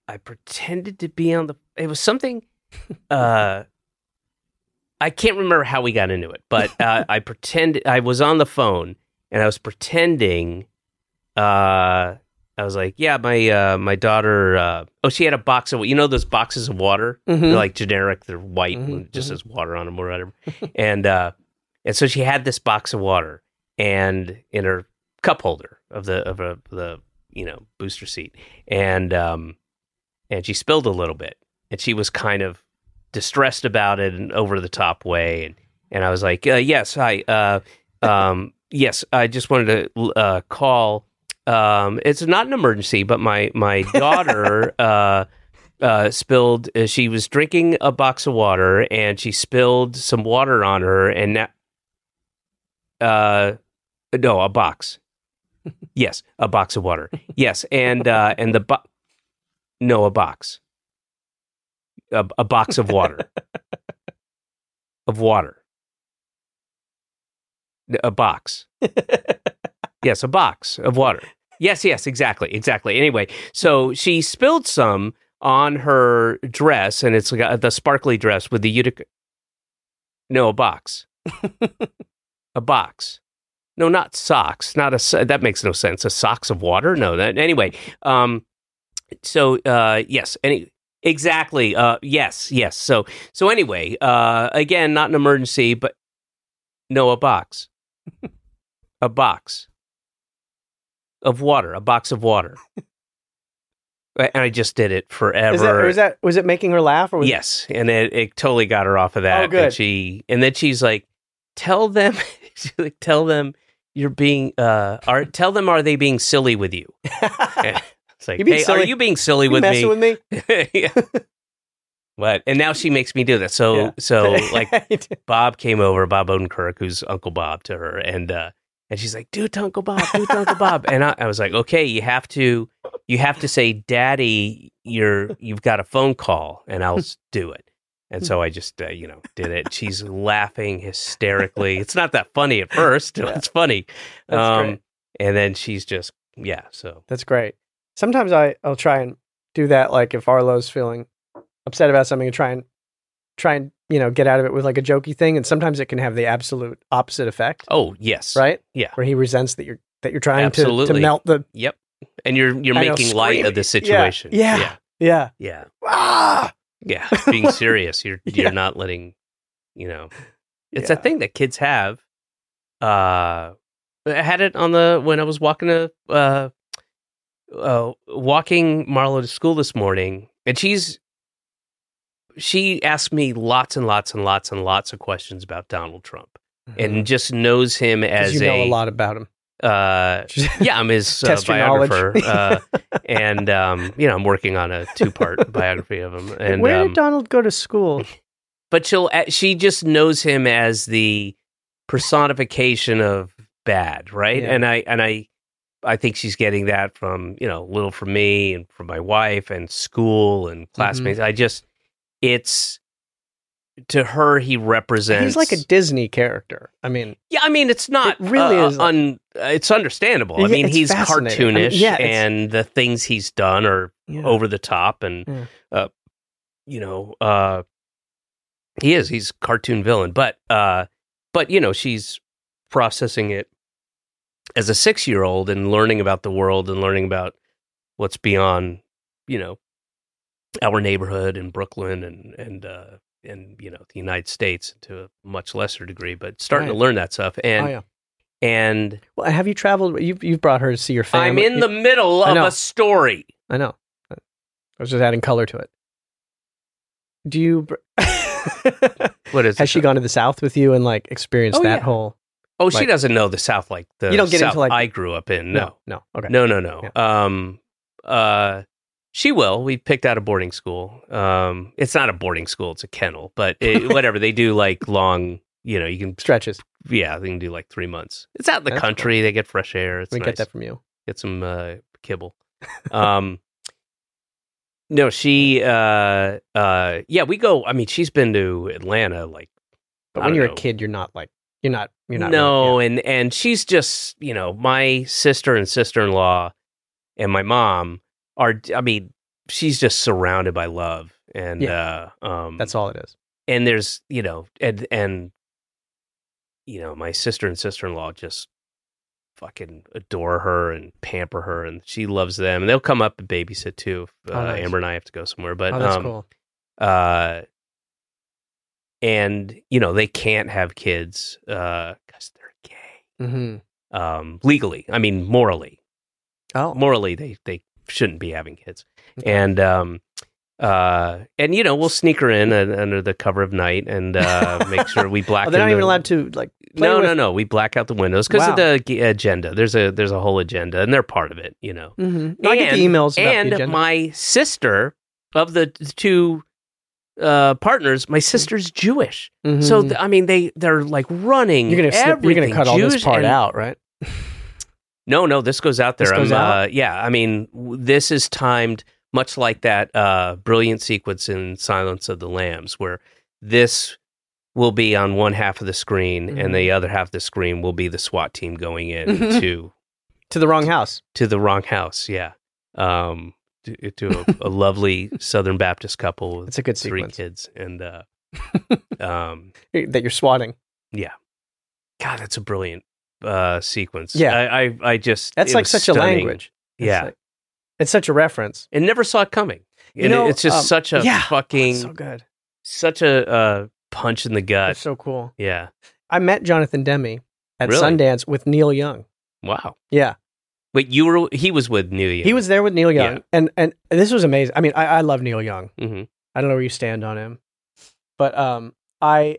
I pretended to be on the it was something uh I can't remember how we got into it, but uh, I pretended I was on the phone and I was pretending. Uh, I was like, "Yeah, my uh, my daughter. Uh, oh, she had a box of you know those boxes of water.
Mhm.
They're like generic. They're white and just says water on them or whatever. and uh, and so she had this box of water and in her cup holder of the of a, the you know booster seat and um and she spilled a little bit and she was kind of distressed about it in over the top way and and I was like uh, yes I uh um yes I just wanted to uh call um it's not an emergency but my my daughter uh uh, spilled. Uh, she was drinking a box of water, and she spilled some water on her, and now, uh, no, a box. yes, a box of water. Yes, and uh, and the bo- no, a box, a, a box of water, of water, N- a box. yes, a box of water. Yes, yes, exactly, exactly. Anyway, so she spilled some on her dress, and it's got the sparkly dress with the Utica. No, a box. a box. No, not socks. Not a. so- That makes no sense. A socks of water. No. That anyway. Um. So uh. Yes. Any. Exactly. Uh. Yes. Yes. So. So anyway. Uh. Again, not an emergency, but no, a box. a box. Of water. A box of water. and I just did it forever
Is that, or is that was it making her laugh? Or was
yes, and it, it totally got her off of that.
Oh, good.
And she and then she's like, "Tell them, she's like, tell them you're being uh, are tell them are they being silly with you?" it's like,
You being
"Hey, are
silly-
you being silly
you
with
messing
me?"
with me?
Yeah. What? And now she makes me do this. So
Yeah.
so like
Right.
Bob came over, Bob Odenkirk, who's Uncle Bob to her, and uh, and she's like, "Do it to Uncle Bob, do it to Uncle Bob," and I, I was like, "Okay, you have to, you have to say, Daddy, you're, you've got a phone call, and I'll s- do it." And so I just, uh, you know, did it. She's laughing hysterically. It's not that funny at first. It's funny, Um,
That's great.
and then she's just, yeah. So
That's great. Sometimes I, I'll try and do that. Like if Arlo's feeling upset about something, and try and try and you know get out of it with like a jokey thing, and sometimes it can have the absolute opposite effect,
oh yes,
right?
yeah.
Where he resents that you're that you're trying to, to
Absolutely.
melt the
Yep. And you're you're
I know,
making light of the
screaming.
situation.
Yeah.
Yeah.
yeah.
Yeah.
Ah!
Yeah. Being serious. You're
Yeah.
you're not letting you know. It's
Yeah.
a thing that kids have. Uh I had it on the when I was walking to uh oh, uh walking Marlo to school this morning and she's she asked me lots and lots and lots and lots of questions about Donald Trump, and just knows him as
Mm-hmm. you know a
a
lot about him.
uh, yeah, I'm his uh,
Test your knowledge.
biographer, uh, and um, you know I'm working on a two part biography of him. And
Where
um,
did Donald go to school?
but she'll a- she just knows him as the personification of bad, right?
Yeah.
And I and I I think she's getting that from you know little from me and from my wife and school
Mm-hmm.
and classmates. I just it's to her he represents
He's like a Disney character. I mean,
yeah, I mean, it's not
It really
uh,
is.
Un, uh, it's understandable. I
Yeah,
mean,
it's
he's
fascinating. I mean,
cartoonish,
yeah, it's-
and the things he's done are
Yeah.
over the top, and
Yeah.
uh, you know, uh, he is he's a cartoon villain. But uh, but you know, she's processing it as a six year old and learning about the world and learning about what's beyond, you know, our neighborhood in Brooklyn and and uh, and you know the United States to a much lesser degree, but starting to
Right.
learn that stuff. And
oh yeah.
and
Well, have you traveled? You've you've brought her to see your
I'm
family.
in the middle
I
of
know.
a story.
I know. I was just adding color to it. Do you? br-
What is?
Has she
gone?
gone to the South with you and like experienced
Oh,
that
yeah.
whole?
Oh, she
like-
doesn't know the South like the
You don't get
South
into, like-
I grew up in. No,
no, okay.
no, no, no. Um, uh, she will. We picked out a boarding school. Um, it's not a boarding school; it's a kennel, but it, whatever they do, like long. You know, you can
stretches.
yeah, they can do like three months. It's out in the
That's cool.
country. They get fresh air. It's
We
nice.
get that from you.
get some uh, kibble. Um, no, she, uh, uh, yeah, we go. I mean, she's been to Atlanta like
But
I
when
don't
you're
know.
a kid, you're not like you're not you're not.
no,
really-
and and she's just you know my sister and sister in law, and my mom are. I mean, she's just surrounded by love, and uh, um,
yeah, that's all it is.
and there's you know and and you know my sister and sister-in-law just fucking adore her and pamper her and she loves them and they'll come up and babysit too if, uh,
Oh, nice.
amber and i have to go somewhere but
oh, that's
um,
cool.
uh and you know they can't have kids uh because they're gay
Mm-hmm.
um legally i mean morally
Oh,
morally they they shouldn't be having kids and um uh and you know we'll sneak her in uh, under the cover of night and uh make sure we black
oh, they're
in
not even
the-
allowed to like. play
no
with-
no no we black out the windows because
Wow.
of the g- agenda there's a there's a whole agenda and they're part of it you know
Mhm. No, I get the
And-
emails about
and
the agenda.
my sister of the t- two uh partners my sister's jewish so
Mhm.
th- i mean they they're like running
you're gonna snip- you're gonna
everything
cut all this
Jewish
part
and-
out, right?
No, no, this goes out there.
This goes
I'm,
out?
Uh, yeah, I mean, w- this is timed much like that uh, brilliant sequence in Silence of the Lambs, where this will be on one half of the screen,
Mhm.
and the other half of the screen will be the SWAT team going in
Mhm.
to
To the wrong house.
to the wrong house. Yeah, um, to, to a, a lovely Southern Baptist couple with
It's a good
three
sequence
kids, and uh, um,
that you're swatting.
God, that's a brilliant uh, sequence.
Yeah.
I, I, I just
That's
it
like
was
such a
stunning.
language. It's
Yeah.
like- it's such a reference.
and never saw it coming.
You
And it-
know,
it's just
um,
such a
yeah.
fucking,
It's so good.
such a uh, punch in the gut.
That's so cool.
yeah.
I met Jonathan Demme at
Really?
Sundance with Neil Young.
Wow.
Yeah.
But you were, he was with New Year.
He was there with Neil
Yeah.
Young. And and this was amazing. I mean, I, I love Neil Young.
hmm
I don't know where you stand on him. But um I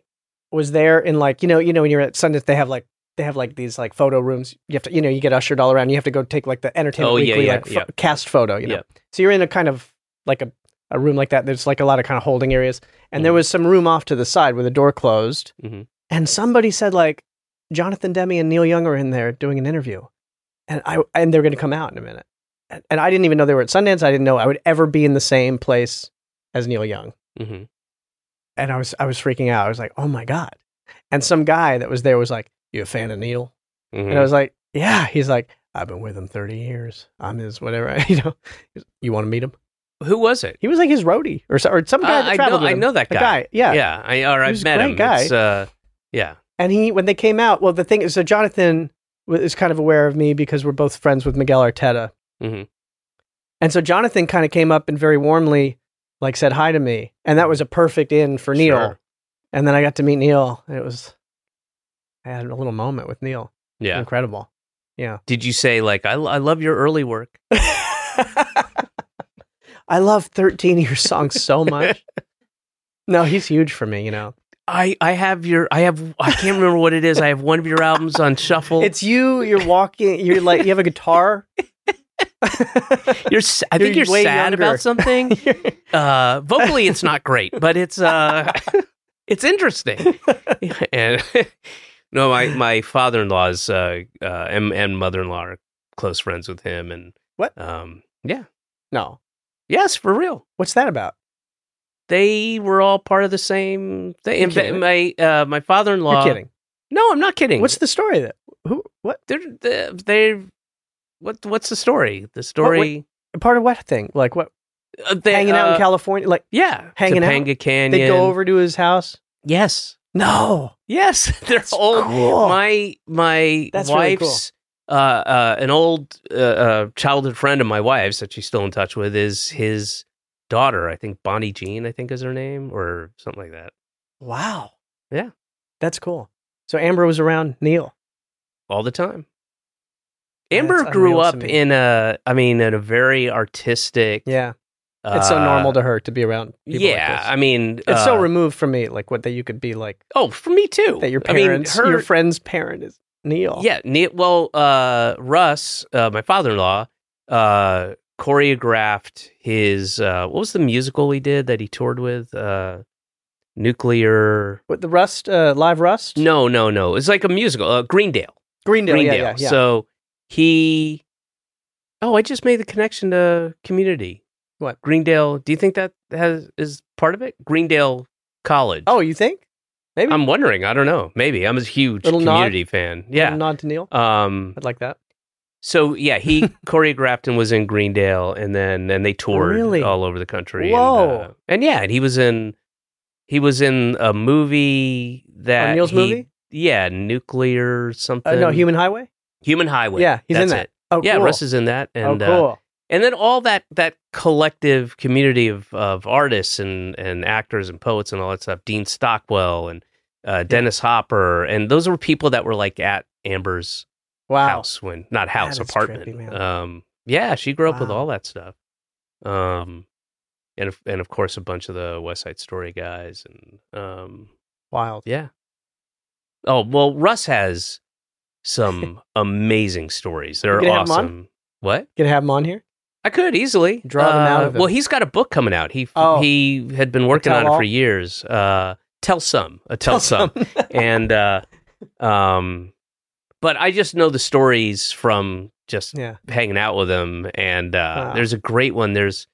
was there in like, you know, you know, when you're at Sundance, they have like they have like these like photo rooms. You have to, you know, you get ushered all around. You have to go take like the entertainment
Oh, yeah,
weekly
yeah,
like pho-
yeah.
cast photo, you know.
Yeah.
So you're in a kind of like a, a room like that. There's like a lot of kind of holding areas. And
Mm-hmm.
there was some room off to the side where the door closed.
Mhm.
And somebody said like Jonathan Demme and Neil Young are in there doing an interview. And I and they're going to come out in a minute. And, and I didn't even know they were at Sundance. I didn't know I would ever be in the same place as Neil Young
hmm
and I was I was freaking out. I was like, "Oh my god!" And some guy that was there was like, "You a fan of Neil?"
Mm-hmm. Hmm.
And I was like, "Yeah." He's like, "I've been with him thirty years. I'm his whatever." you know, He's, you want to meet him?
Who was it?
He was like his roadie or so, or some guy
Uh,
that
I
traveled.
know-
with
I
him.
know that
A
guy.
Yeah.
Yeah. I, or
He
I've
was a
met
great
him.
guy.
It's, uh, yeah.
And he when they came out, well, the thing is, so Jonathan wa- is kind of aware of me because we're both friends with Miguel Arteta,
Mhm.
and so Jonathan kind of came up and very warmly like said hi to me, and that was a perfect in for Neil.
Sure.
And then I got to meet Neil, and it was I had a little moment with Neil.
Yeah.
incredible. Yeah.
Did you say, like, I, I love your early work?
I love 13 of your songs so much. No, he's huge for me. You know,
I I have your I have I can't remember what it is. I have one of your albums on shuffle.
it's you. You're walking. You're like you have a guitar.
you're s- I think
you're
you're,
way
sad
younger.
about something. uh, vocally, it's not great, but it's uh, it's interesting. and no, my my father in law's uh, uh, and and mother in law are close friends with him, and
What?
Um, yeah,
No,
yes, for real.
what's that about?
They were all part of the same thing. In
You're
fact, my uh, my father in
You're
law.
kidding.
No, I'm not kidding.
What's the story? That who? What
they're, they're, they're what? What's the story? The story.
part of what thing? Like what?
uh, they,
hanging out
uh,
in California. Like
Yeah,
Hanging out?
Topanga Canyon.
they go over to his house.
Yes,
No,
yes, they're old.
cool.
My my
That's really cool.
wife's uh, uh, an old uh, uh, childhood friend of my wife's that she's still in touch with is his daughter. I think Bonnie Jean. I think is her name or something like that.
wow.
Yeah.
that's cool. So Amber was around Neil.
All the time.
Yeah,
Amber
that's
grew
unreal to
up
me.
in a, I mean, in a very artistic.
Yeah, it's so
uh,
normal to her to be around. People
yeah,
like this.
I mean,
it's so
uh,
removed from me. Like what that you could be like
oh, for me too.
that. Your
I mean,
parents,
her-
your friend's parent is Neil.
Yeah. Ne- well, uh, Russ, uh, my father in law, uh, choreographed his, uh, what was the musical he did that he toured with? Uh, nuclear.
With the rust, uh, live rust.
No, no, no. It's like a musical, uh, Greendale.
Greendale.
Greendale.
Yeah, yeah, yeah.
So he. Oh, I just made the connection to community.
What?
Greendale. Do you think that has is part of it? Greendale College.
oh, you think? Maybe
I'm wondering. I don't know. Maybe I'm a huge
Little nod?
community fan. Yeah.
nod to Neil.
Um,
I'd like that.
So yeah, he choreographed and was in Greendale, and then and they toured
Oh, Really?
all over the country. and,
Whoa.
uh, and yeah, and he was in he was in a movie that
Oh, Neil's
he-
movie?
yeah, nuclear something.
Uh, no, Human Highway.
Human Highway.
Yeah, he's in
That's
that.
it.
Oh,
yeah,
cool.
Russ is in that, and
oh,
uh,
cool.
and then all that that collective community of of artists and and actors and poets and all that stuff. Dean Stockwell and uh, Dennis Hopper, and those were people that were like at Amber's
wow.
house when not house
that's
apartment.
Oh, trippy, man.
um, yeah, she grew up with
Wow.
all that stuff. Um, and of, and of course a bunch of the West Side Story guys and um,
Wild.
yeah. Oh well, Russ has some amazing stories. They're
You gonna have him on?
awesome. What
Gonna have him on here?
I could easily
Draw them out
Uh,
of him.
Well, he's got a book coming out. He
Oh.
he had been working
Tell
on it
all?
for years. Uh, tell some, uh, tell, some and uh um but i just know the stories from just
yeah.
hanging out with them and uh
Wow.
there's a great one there's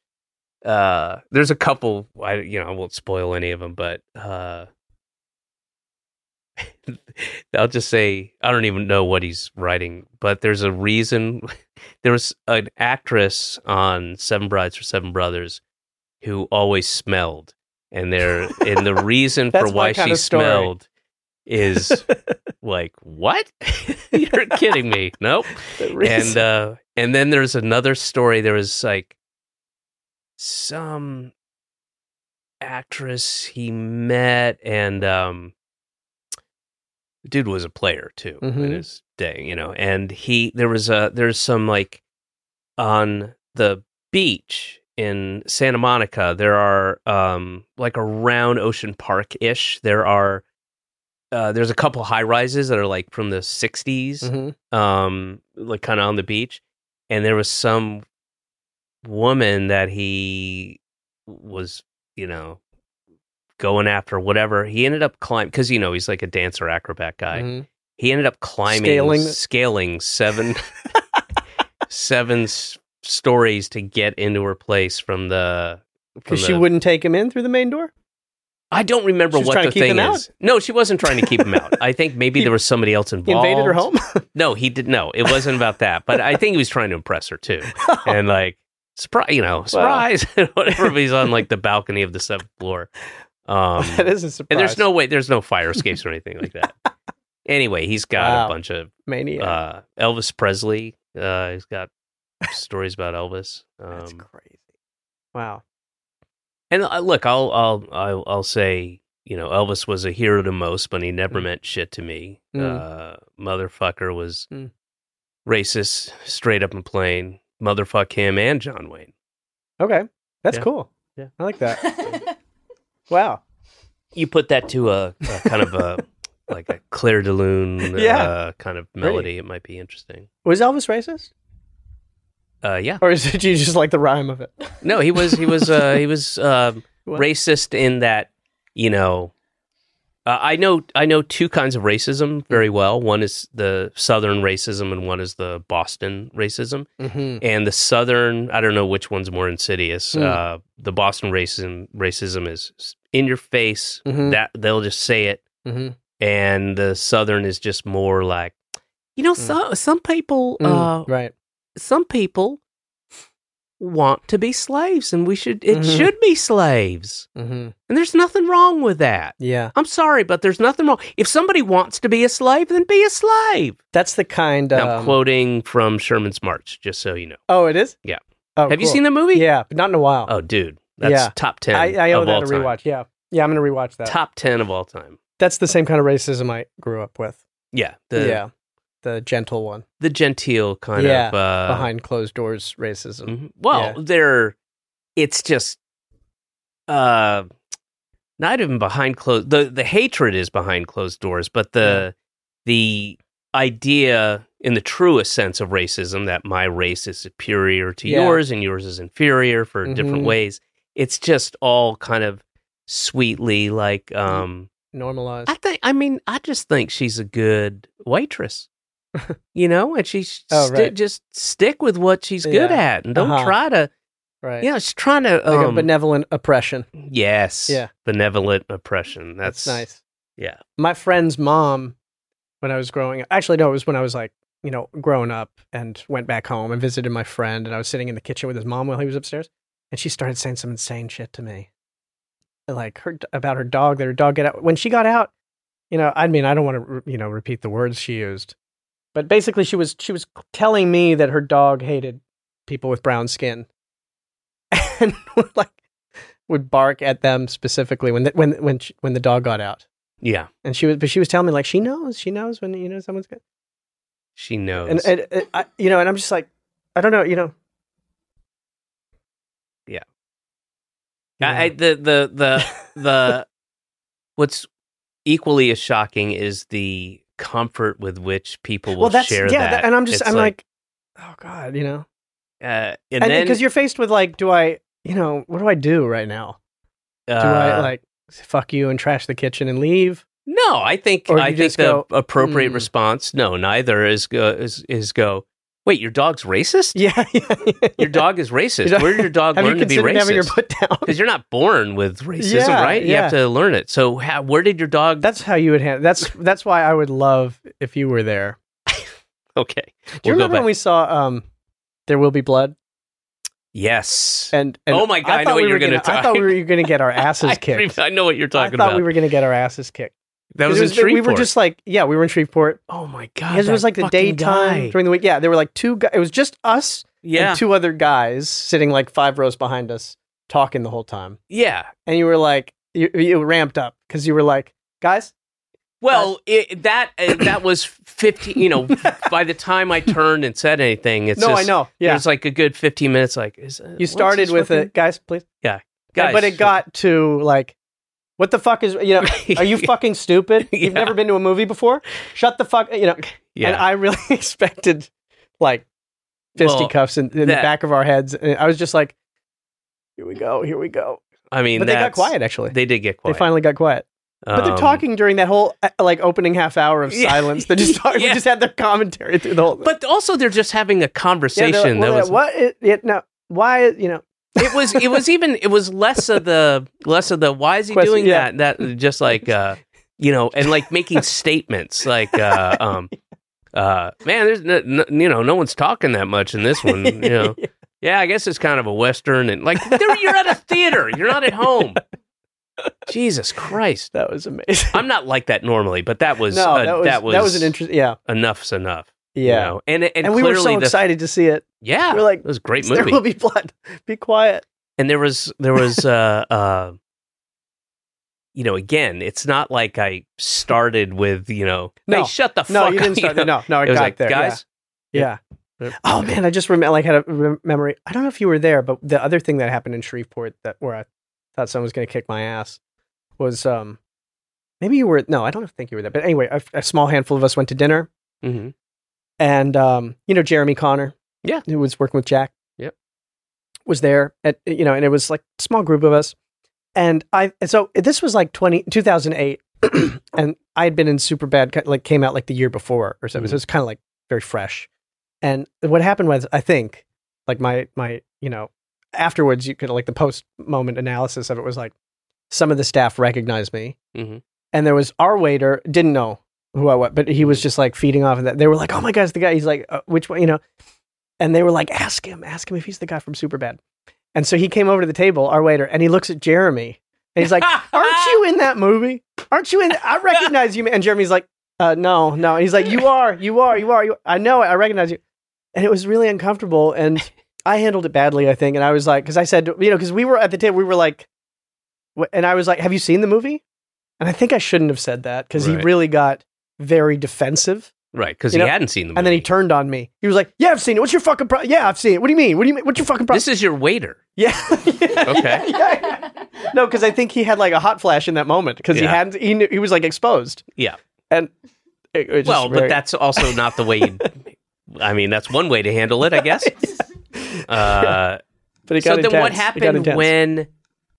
uh there's a couple i you know i won't spoil any of them but uh i'll just say i don't even know what he's writing but there's a reason there was an actress on seven brides for seven brothers who always smelled and there and the reason for
That's my
why
kind
she
of story.
smelled is like what you're kidding me nope and uh and then there's another story there was like some actress he met and um the dude was a player too in
Mhm.
his day you know and he there was a there's some like on the beach in Santa Monica there are um like around Ocean Park ish there are uh, there's a couple high rises that are like from the 60s
hmm
um like kind of on the beach and there was some woman that he was you know going after whatever he ended up climbing because you know he's like a dancer acrobat guy he ended up climbing
Mm-hmm.
scaling,
Scaling-
seven seven s- stories to get into her place from the from
Because she
the-
wouldn't take him in through the main door.
I don't remember
She was
what
trying
the
to keep
thing
him
is. No, she wasn't trying to keep him out. I think maybe
He-
there was somebody else
He
involved.
invaded her home.
No, he did. No, it wasn't about that. But I think he was trying to impress her too, and like surprise, you know, surprise, whatever. But he's on like the balcony of the seventh floor. Um,
that is a surprise.
and there's no way, there's no fire escapes or anything like that. Anyway, he's got
Wow.
a bunch of
maniac.
uh, Elvis Presley. Uh, he's got stories about Elvis.
That's
Um,
crazy. Wow.
and uh, look, I'll, I'll, I'll, I'll say, you know, Elvis was a hero to most, but he never
Mm.
meant shit to me.
Mm.
Uh, motherfucker was
Mm.
racist, straight up and plain. Motherfuck him and John Wayne.
Okay. That's
Yeah.
cool.
Yeah.
I like that. Wow.
you put that to a, a kind of a like a Claire de Lune
Yeah.
uh, kind of melody, it might be interesting.
Was Elvis racist?
Uh, yeah.
Or is it you just like the rhyme of it?
No, he was he was uh, he was uh,
What?
racist in that you know. Uh, I know I know two kinds of racism very
Mm-hmm.
well. One is the Southern racism, and one is the Boston racism.
Mm-hmm.
And the Southern, I don't know which one's more insidious.
Mm.
Uh, the Boston racism racism is s- in your face.
Mhm.
That they'll just say it,
Mm-hmm.
and the Southern is just more like, you
Mm.
know, so, some people uh,
right.
some people want to be slaves and we should it
Mhm.
should be slaves
Mm-hmm.
and there's nothing wrong with that
Yeah.
i'm sorry but there's nothing wrong if somebody wants to be a slave then be a slave
That's the kind.
Now, i'm
Um,
quoting from sherman's march just so you know
oh, it is.
Yeah.
Oh,
have you
cool.
seen the movie
Yeah, but not in a while.
oh dude that's
Yeah.
top 10
I, I owe
of
that
all
a
time
rewatch. Yeah. Yeah, I'm gonna rewatch that.
top 10 of all time
That's the same kind of racism I grew up with.
yeah the
yeah. The gentle one.
the genteel kind
Yeah,
of uh
Behind closed doors racism.
Mhm. Well, they're it's just uh not even behind closed the the hatred is behind closed doors, but the the idea in the truest sense of racism that my race is superior to
Yeah.
yours and yours is inferior for different
Mhm.
ways. It's just all kind of sweetly like
Mm-hmm.
um
Normalized.
I think I mean I just think she's a good waitress. you know, and she's
Oh,
sti-
right.
just stick with what she's good
Yeah.
at and don't
Uh-huh.
try to
right.
yeah, she's trying to
Like a
um,
benevolent oppression.
yes.
Yeah.
Benevolent oppression. That's,
That's nice.
Yeah.
my friend's mom when I was growing up. Actually, no, it was when I was like, you know, grown up and went back home and visited my friend. And I was sitting in the kitchen with his mom while he was upstairs. And she started saying some insane shit to me. Like her about her dog, that her dog get out. When she got out, you know, I mean, I don't want to, re- you know, repeat the words she used, but basically she was, she was telling me that her dog hated people with brown skin and would like, would bark at them specifically when, the, when, when, she, when the dog got out.
Yeah.
And she was, but she was telling me like she knows, she knows when you know someone's good.
She knows.
And, and, and I, you know, and I'm just like, I don't know, you know.
Yeah.
Yeah.
I, I, the the the the what's equally as shocking is the comfort with which people will
well, that's
share
yeah,
that.
that- and I'm just,
It's
I'm like, oh god, you know,
uh, and,
and
then
because you're faced with like, do I, you know, what do I do right now?
uh,
Do I like fuck you and trash the kitchen and leave?
No, I think
Or
I
you
think
just
the
go,
appropriate
"Hmm."
response. No, neither is go, is is go. Wait, your dog's racist.
Yeah, yeah, yeah.
Your dog is racist.
Your dog-
Where did your dog
Have you
learn to be
considered having your
racist?
put down?
Because you're not born with racism,
Yeah,
right? You
yeah.
have to learn it. So, how, where did your dog?
That's how you would handle. That's that's why I would love if you were there.
okay.
Do you
We'll go
remember when
back.
we saw um, There Will Be Blood?
Yes.
And, and
Oh my God, I know
thought
what
we
you're
were
gonna
I
talk.
thought we were going to get our asses kicked.
I, know what you're
I
talking
thought
about.
we were going to get our asses kicked.
that was,
It
in Shreveport.
We were just like, yeah, we were in Shreveport.
oh my god!
Because it was
that
like the
fucking
daytime
guy.
during the week. Yeah, there were like two. Guys, it was just us
yeah,
and two other guys sitting like five rows behind us, talking the whole time.
yeah.
And you were like, you, you ramped up because you were like, guys,
Well, it, that uh, that was fifteen. You know, by the time I turned and said anything, it's
no,
just,
I know.
It
Yeah,
was like a good fifteen minutes. Like is, uh,
you
what's
started
this
with
fucking-
it, guys, please.
Guys,
but it got to like, what the fuck is you know? Are you fucking stupid?
Yeah.
You've never been to a movie before? Shut the fuck. You know.
Yeah.
And I really expected like
Well,
fisticuffs in, in the
that-
back of our heads. And I was just like, here we go, here we go.
I mean,
but they got
that's-
quiet, actually. They,
They did get quiet.
finally got quiet. but they're
Um,
talking during that whole uh, like opening half hour of
Yeah.
silence. They just talk,
Yeah.
we just had their commentary through the whole
But also, they're just having a
Yeah,
conversation.
they're like,
that
well,
was
what it, it, no, why you know
it was it was even it was less of the less of the why is he
Question,
doing
yeah.
that that just like uh you know and like making statements like uh um uh man there's no, no, you know no one's talking that much in this one you know yeah i guess it's kind of a western and like there- you're at a theater you're not at home jesus christ
that was amazing.
i'm not like that normally but that was
no,
uh,
that was, that was an interesting yeah
enough's enough you
yeah.
know? and and,
And, we were
clearly
so
the
excited to see it.
yeah
we were like,
it was a great
There
movie
will be blood. Be quiet.
and there was there was uh uh you know again it's not like i started with you know
No.
hey, shut the
No,
fuck
you
up,"
didn't start.
know?
No, no, I
it
got
was like
there. yeah.
guys
Yeah.
Yep.
Oh man, I just remember like had a rem- memory. I don't know if you were there, but the other thing that happened in Shreveport that where I thought someone was going to kick my ass was um Maybe you were. No, I don't think you were there. But anyway, a, a small handful of us went to dinner,
Mm-hmm.
and um, you know Jeremy Connor,
Yeah.
who was working with Jack,
Yep.
was there at you know, and it was like a small group of us, and I and so this was like 20, 2008, and I had been in super bad like came out like the year before or
Mm-hmm.
something, so it was kind of like very fresh, and what happened was I think like my my you know afterwards you could like the post moment analysis of it was like some of the staff recognized me
Mm-hmm.
and there was our waiter didn't know who I was, but he was just like feeding off of that. They were like, "Oh my gosh, the guy." He's like, uh, "Which one?" You know, and they were like, "Ask him, ask him if he's the guy from Superbad." And so he came over to the table, our waiter, and he looks at Jeremy, and he's like, "Aren't you in that movie? Aren't you in? I recognize you." man." And Jeremy's like, uh, "No, no." And he's like, "You are, you are, you are. You I know it. I recognize you." And it was really uncomfortable, and I handled it badly, I think. And I was like, because I said, you know, because we were at the table, we were like, wh- and I was like, "Have you seen the movie?" And I think I shouldn't have said that because he
Right.
really got very defensive.
Right, because
You
he
know,
hadn't seen the movie.
And then he turned on me. He was like, "Yeah, I've seen it. What's your fucking problem? Yeah, I've seen it. What do you mean? What do you mean? What's your fucking problem?"
This is your waiter.
yeah.
Okay.
Yeah. No, because I think he had like a hot flash in that moment because he
Yeah.
hadn't. He knew, he was like exposed.
Yeah.
And it, it just
Well, but
very-
that's also not the way you. I mean, that's one way to handle it, I guess. Uh,
But it
so
got
then,
intense.
what
It got
happened
intense.
when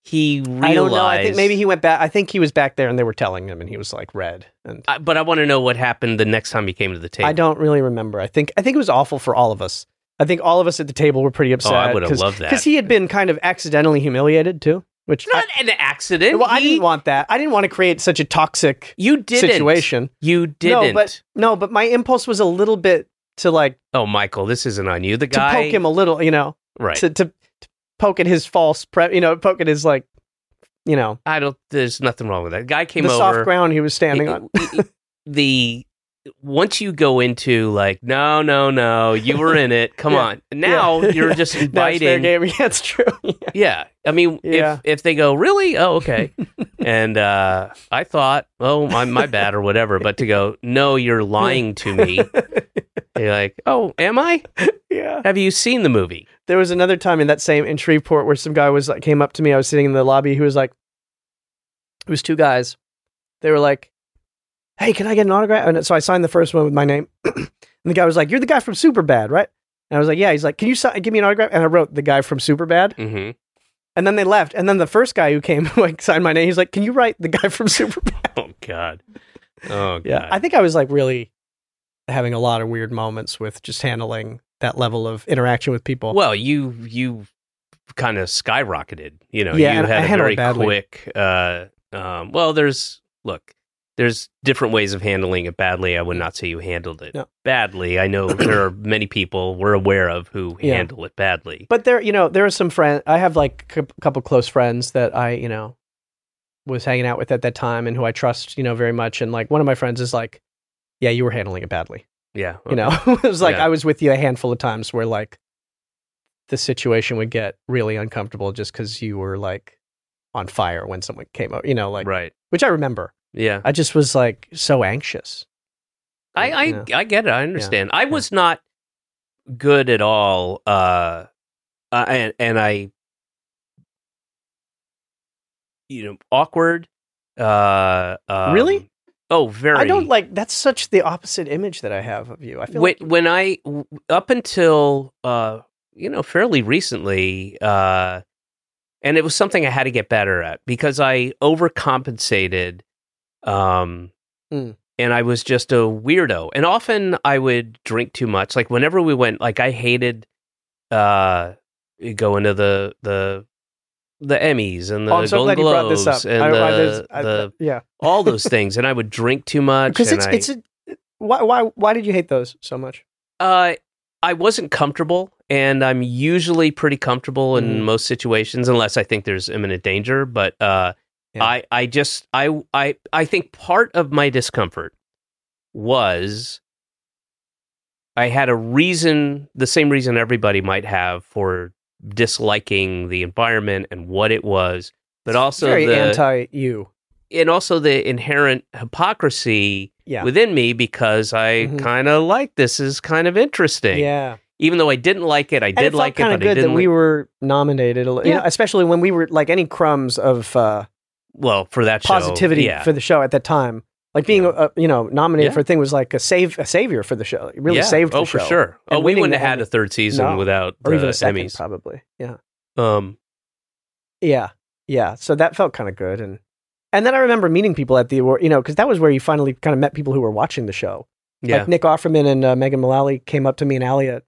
he realized?
I don't know. I think maybe he went back. I think he was back there, and they were telling him, and he was like red. And
I- but I want to know what happened the next time he came to the table.
I don't really remember. I think I think it was awful for all of us. I think all of us at the table were pretty upset.
Oh, would've loved that.
because he had been kind of accidentally humiliated too. Which I,
Not an accident.
well, I
He-
didn't want that. I didn't want to create such a toxic
you didn't.
situation.
You
No,
didn't.
but no, but my impulse was a little bit to like
oh, Michael, this isn't on you. The
to
guy.
poke him a little, you know,
right.
to, to to poke at his false pre, you know, poke at his like, you know,
I don't. There's nothing wrong with that. Guy came
the
over.
soft ground he was standing on.
it- it- the once you go into like no no no you were in it come
Yeah.
on now
Yeah.
you're just
Now it's fair
inviting
game. Yeah, it's true.
yeah i mean
Yeah.
if if they go really oh okay and uh i thought oh my my bad or whatever but to go no you're lying to me you're like oh am i
yeah.
have you seen the movie
There was another time in that same in Shreveport where some guy was like came up to me. I was sitting in the lobby. He was like, it was two guys. They were like, "Hey, can I get an autograph?" And so I signed the first one with my name. and the guy was like, "You're the guy from Superbad, right?" And I was like, "Yeah." He's like, "Can you sign, give me an autograph?" And I wrote the guy from Superbad.
mm-hmm.
And then they left. And then the first guy who came like signed my name. He's like, "Can you write the guy from Superbad?"
oh god oh god
I think I was like really having a lot of weird moments with just handling that level of interaction with people.
Well, you you kind of skyrocketed. You know,
Yeah,
you
and I
had a
handled
very
it badly.
quick. Uh, um, well, there's look, there's different ways of handling it badly. I would not say you handled it
No.
badly. I know there are many people we're aware of who
Yeah.
handle it badly.
But there, you know, there are some friends. I have like a couple close friends that I, you know, was hanging out with at that time and who I trust, you know, very much. And like one of my friends is like, yeah, you were handling it badly.
yeah,
You know, it was like
Yeah.
I was with you a handful of times where like the situation would get really uncomfortable just because you were like on fire when someone came over, you know, like,
right?
which I remember.
Yeah,
I just was like so anxious.
I I,
Yeah.
I get it. I understand. I was not good at all. Uh, uh, and and I, you know, awkward. Uh, um,
Really?
Oh, very.
I don't like that's such the opposite image that I have of you. I feel
when
like
when I w- up until uh you know fairly recently uh and it was something I had to get better at because I overcompensated um
Mm.
and I was just a weirdo and often I would drink too much like whenever we went like I hated uh going to the the the Emmys and the
Oh, I'm so
Golden
glad you brought this
Globes
up.
and
I- I- there's-
the,
I-
the
yeah.
all those things and I would drink too much
because
and
it's
I-
it's a, why why why did you hate those so much?
Uh, I wasn't comfortable, and I'm usually pretty comfortable in
Mhm.
most situations, unless I think there's imminent danger. But uh,
Yeah.
I, I just, I, I, I think part of my discomfort was I had a reason, the same reason everybody might have for disliking the environment and what it was, but also
Very
the
anti you.
and also the inherent hypocrisy
Yeah.
within me because I
Mhm.
kind of like this is kind of interesting.
Yeah,
Even though I didn't like it, I
and
did
it
like it,
kind
but
of
I
good that
didn't.
we
like-
were nominated. A li- you
Yeah.
know, especially when we were like any crumbs of uh,
well for that show,
positivity
yeah.
for the show at that time. Like being, uh, you know, nominated
Yeah.
for a thing was like a save, a savior for the show. It really
Yeah.
saved
oh
the show.
for sure.
And
oh, we
winning
wouldn't
the
have had
Emmy-
a third season
No.
without
or
the
even a second,
Emmys.
probably. Yeah,
Um,
yeah, yeah. So that felt kind of good, and and then I remember meeting people at the award, you know, because that was where you finally kind of met people who were watching the show.
yeah,
Like Nick Offerman and uh, Megan Mullally came up to me and Ali at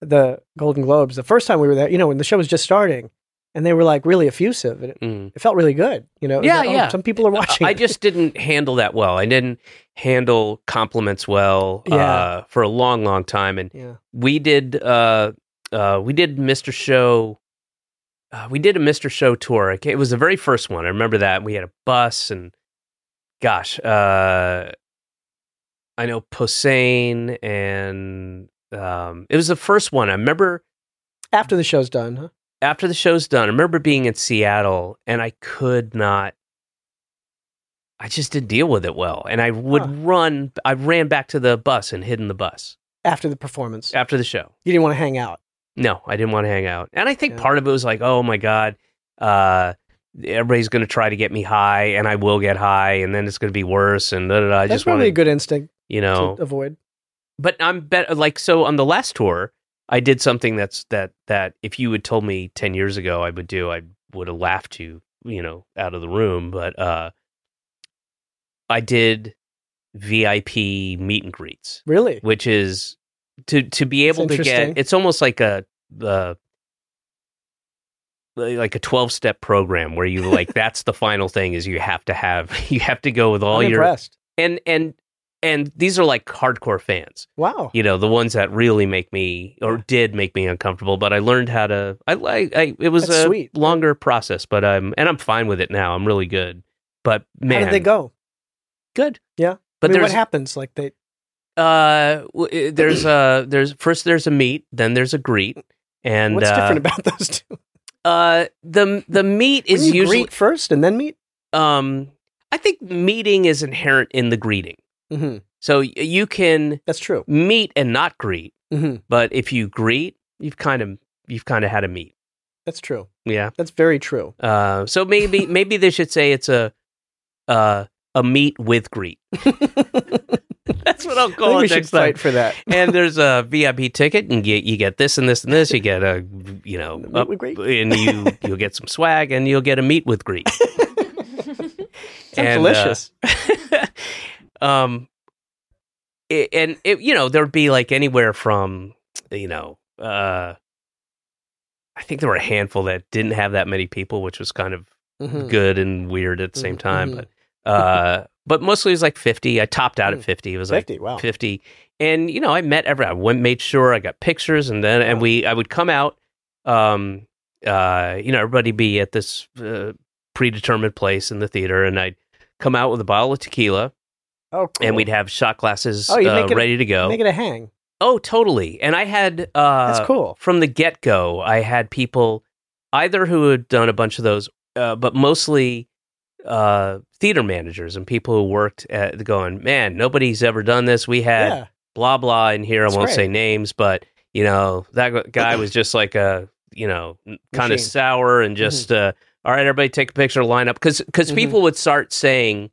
the Golden Globes the first time we were there. You know, when the show was just starting, and they were like really effusive, and it,
Mm.
it felt really good. You know, It was
Yeah,
like, oh,
yeah.
Some people are watching.
I just didn't handle that well. I didn't handle compliments well
Yeah.
uh, for a long, long time, and
yeah,
we did uh, uh, we did Mr. Show. Uh, we did a Mr. Show tour. It ca- It was the very first one. I remember that. We had a bus and, gosh, uh, I know Posehn and um, it was the first one. I remember
after the show's done, huh?
after the show's done, I remember being in Seattle and I could not I just didn't deal with it well. And I would
Huh.
run I ran back to the bus and hid in the bus
after the performance,
after the show.
you didn't want to hang out.
No, I didn't want to hang out. And I think
Yeah.
part of it was like, oh my God, uh everybody's gonna try to get me high and I will get high and then it's gonna be worse and da da da. I
That's
just
probably
wanted,
a good instinct
you know
to avoid.
but I'm better. Like so, on the last tour, I did something that's that that if you had told me ten years ago I would do, I would have laughed you, you know, out of the room. But uh, I did VIP meet and greets,
Really,
which is to to be able to
interesting.
get. It's almost like a uh, like a twelve step program where you like that's the final thing is you have to have you have to go with all
I'm
your
impressed.
and and and these are like hardcore fans
Wow.
you know the ones that really make me or did make me uncomfortable but i learned how to i like I, it was
That's
a
sweet.
longer process but i'm and i'm fine with it now i'm really good but man
How did they go?
good
Yeah.
but
I mean, what
there's
happens? Like they
uh w- there's uh there's first there's a meet then there's a greet and
what's
uh,
different about those two?
uh the the meet
Is
is
you
usually
greet first and then meet?
um i think meeting is inherent in the greeting
Mm-hmm.
so y- you can
That's true.
meet and not greet
Mm-hmm.
but if you greet you've kind of you've kind of had a meet
That's true.
yeah
That's very true.
Uh, so maybe maybe they should say it's a uh, a meet with greet. That's what I'll
I
call
think we
it
should
next
fight
time.
for that.
and there's a VIP ticket, and you, you get this and this and this. You get a you know,
Meet
up,
with greet.
and you you'll get some swag, and you'll get a meet with greet.
Sounds
And, uh,
delicious.
um, i and it, you know, there'd be like anywhere from, you know, uh, I think there were a handful that didn't have that many people, which was kind of
Mhm.
good and weird at the same
Mhm,
time.
mhm.
But, uh, but mostly it was like 50. I topped out at
Mm.
50. It was like
Fifty. Wow.
50 Oh. and you know i met every i went made sure i got pictures and then and we i would come out um uh you know everybody be at this uh, predetermined place in the theater and i'd come out with a bottle of tequila
Oh, cool.
and we'd have shot glasses
Oh, you'd
uh,
make it a-
ready to go
make it a hang.
oh totally and i had uh
That's cool.
from the get go, I had people either who had done a bunch of those, uh, but mostly uh, theater managers and people who worked at going, man, nobody's ever done this. We had
Yeah.
blah, blah in here.
That's
I won't
great.
say names, but, you know, that gu- guy was just like a, you know, kind
Machine. Mm-hmm.
of sour and just, uh, all right, everybody take a picture, line up. Because
Mhm.
people would start saying,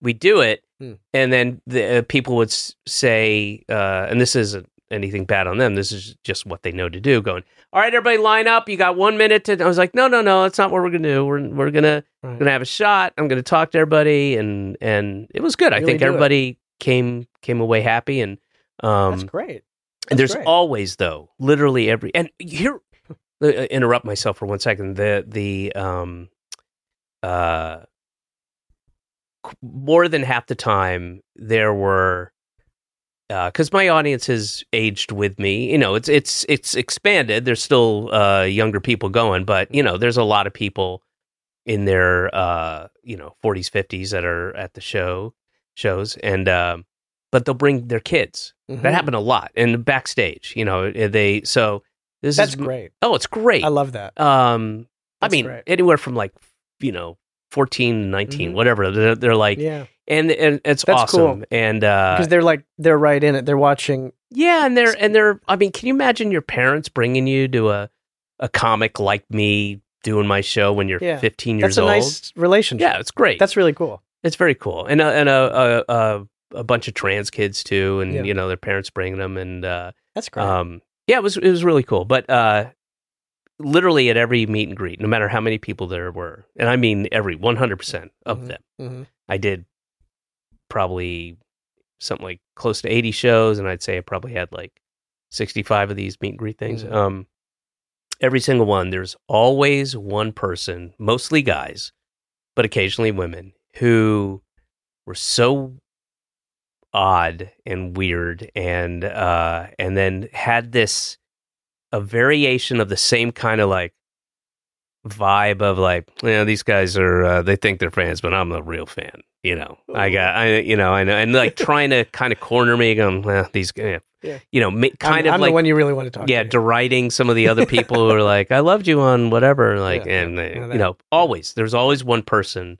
we do it.
Hmm.
And then the, uh, people would s- say, uh, and this isn't anything bad on them. This is just what they know to do. Going, all right, everybody, line up. You got one minute to. I was like, no, no, no. That's not what we're gonna do. We're we're gonna
Right.
gonna have a shot. I'm gonna talk to everybody, and and it was good. I
Really
think
do it.
everybody came came away happy, and um,
That's great.
and
That's
there's
great.
always though, literally every and here uh, interrupt myself for one second. The the um uh qu- more than half the time there were because uh, my audience has aged with me. You know, it's it's it's expanded. There's still uh, younger people going, but you know, there's a lot of people in their uh, you know 40s, 50s that are at the show shows, and um, but they'll bring their kids.
Mhm.
That happened a lot and backstage. You know, eh, they so this
That's
is
great.
oh, it's great.
I love that.
um, I
That's
mean,
great.
anywhere from like you know 14, 19,
Mhm.
whatever. They're, they're like,
yeah,
and and it's
That's cool.
awesome. And uh,
because they're like they're right in it. They're watching.
yeah, and they're and they're. I mean, can you imagine your parents bringing you to a a comic like me doing my show when you're
Yeah.
15 years
That's a
old.
nice relationship.
yeah, it's great.
That's really cool.
It's very cool, and uh, and a a, a a bunch of trans kids too, and
Yeah.
you know their parents bring them, and uh,
That's great.
um, yeah, it was it was really cool. But uh, literally at every meet and greet, no matter how many people there were, and I mean every one hundred percent of them,
Mhm.
I did probably something like close to eighty shows, and I'd say I probably had like sixty five of these meet and greet things.
Mhm.
Um, every single one, there's always one person, mostly guys, but occasionally women who were so odd and weird and uh and then had this a variation of the same kind of like vibe of like you know these guys are uh, they think they're fans but i'm a real fan you know i got i you know i know and like trying to kind of corner me going well, these yeah.
Yeah.
you know ma-
I'm-
kind
I'm,
of like
the one you really want to talk
yeah,
to.
deriding some of the other people who are like, "I loved you on whatever," like,
Yeah,
and
yeah,
they-
yeah,
you
that-
know, always there's always one person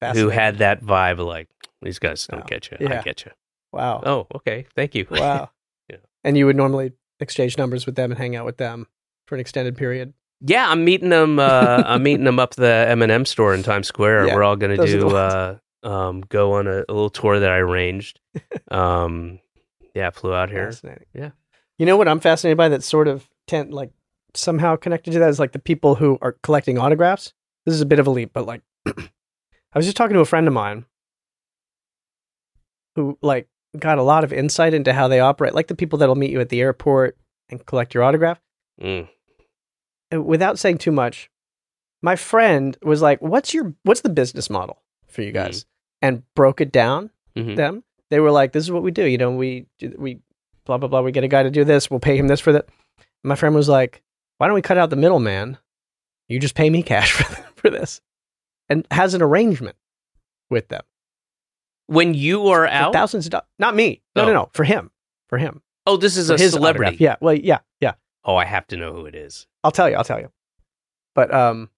who
Fascinating.
had that vibe, of like these guys don't
Oh,
get you, I
yeah.
get you.
Wow.
Oh, okay, thank you.
Wow.
Yeah.
And you would normally exchange numbers with them and hang out with them for an extended period.
yeah, I'm meeting them. Uh, I'm meeting them up the M and m store in Times Square.
Yeah,
We're all gonna
those are the
do uh,
ones.
um, go on a, a little tour that I arranged. um, yeah, flew out here.
Fascinating.
Yeah.
You know what I'm fascinated by that's sort of tent like somehow connected to that is like the people who are collecting autographs. This is a bit of a leap, but like I was just talking to a friend of mine who like got a lot of insight into how they operate, like the people that'll meet you at the airport and collect your autograph.
Mm.
uh, without saying too much, my friend was like, "What's your what's the business model for
Mm-hmm.
you guys?" and broke it down
Mhm.
them. They were like, "This is what we do. You know, we we blah blah blah. We get a guy to do this. We'll pay him this for that." My friend was like, "Why don't we cut out the middleman? You just pay me cash for for this," and has an arrangement with them.
When you are
For
out,
thousands of dollars. Not me. No,
Oh.
no, no. For him. For him.
oh, this is
For
a
his
celebrity.
autograph. Yeah. Well. Yeah. Yeah.
Oh, I have to know who it is.
I'll tell you. I'll tell you. But um.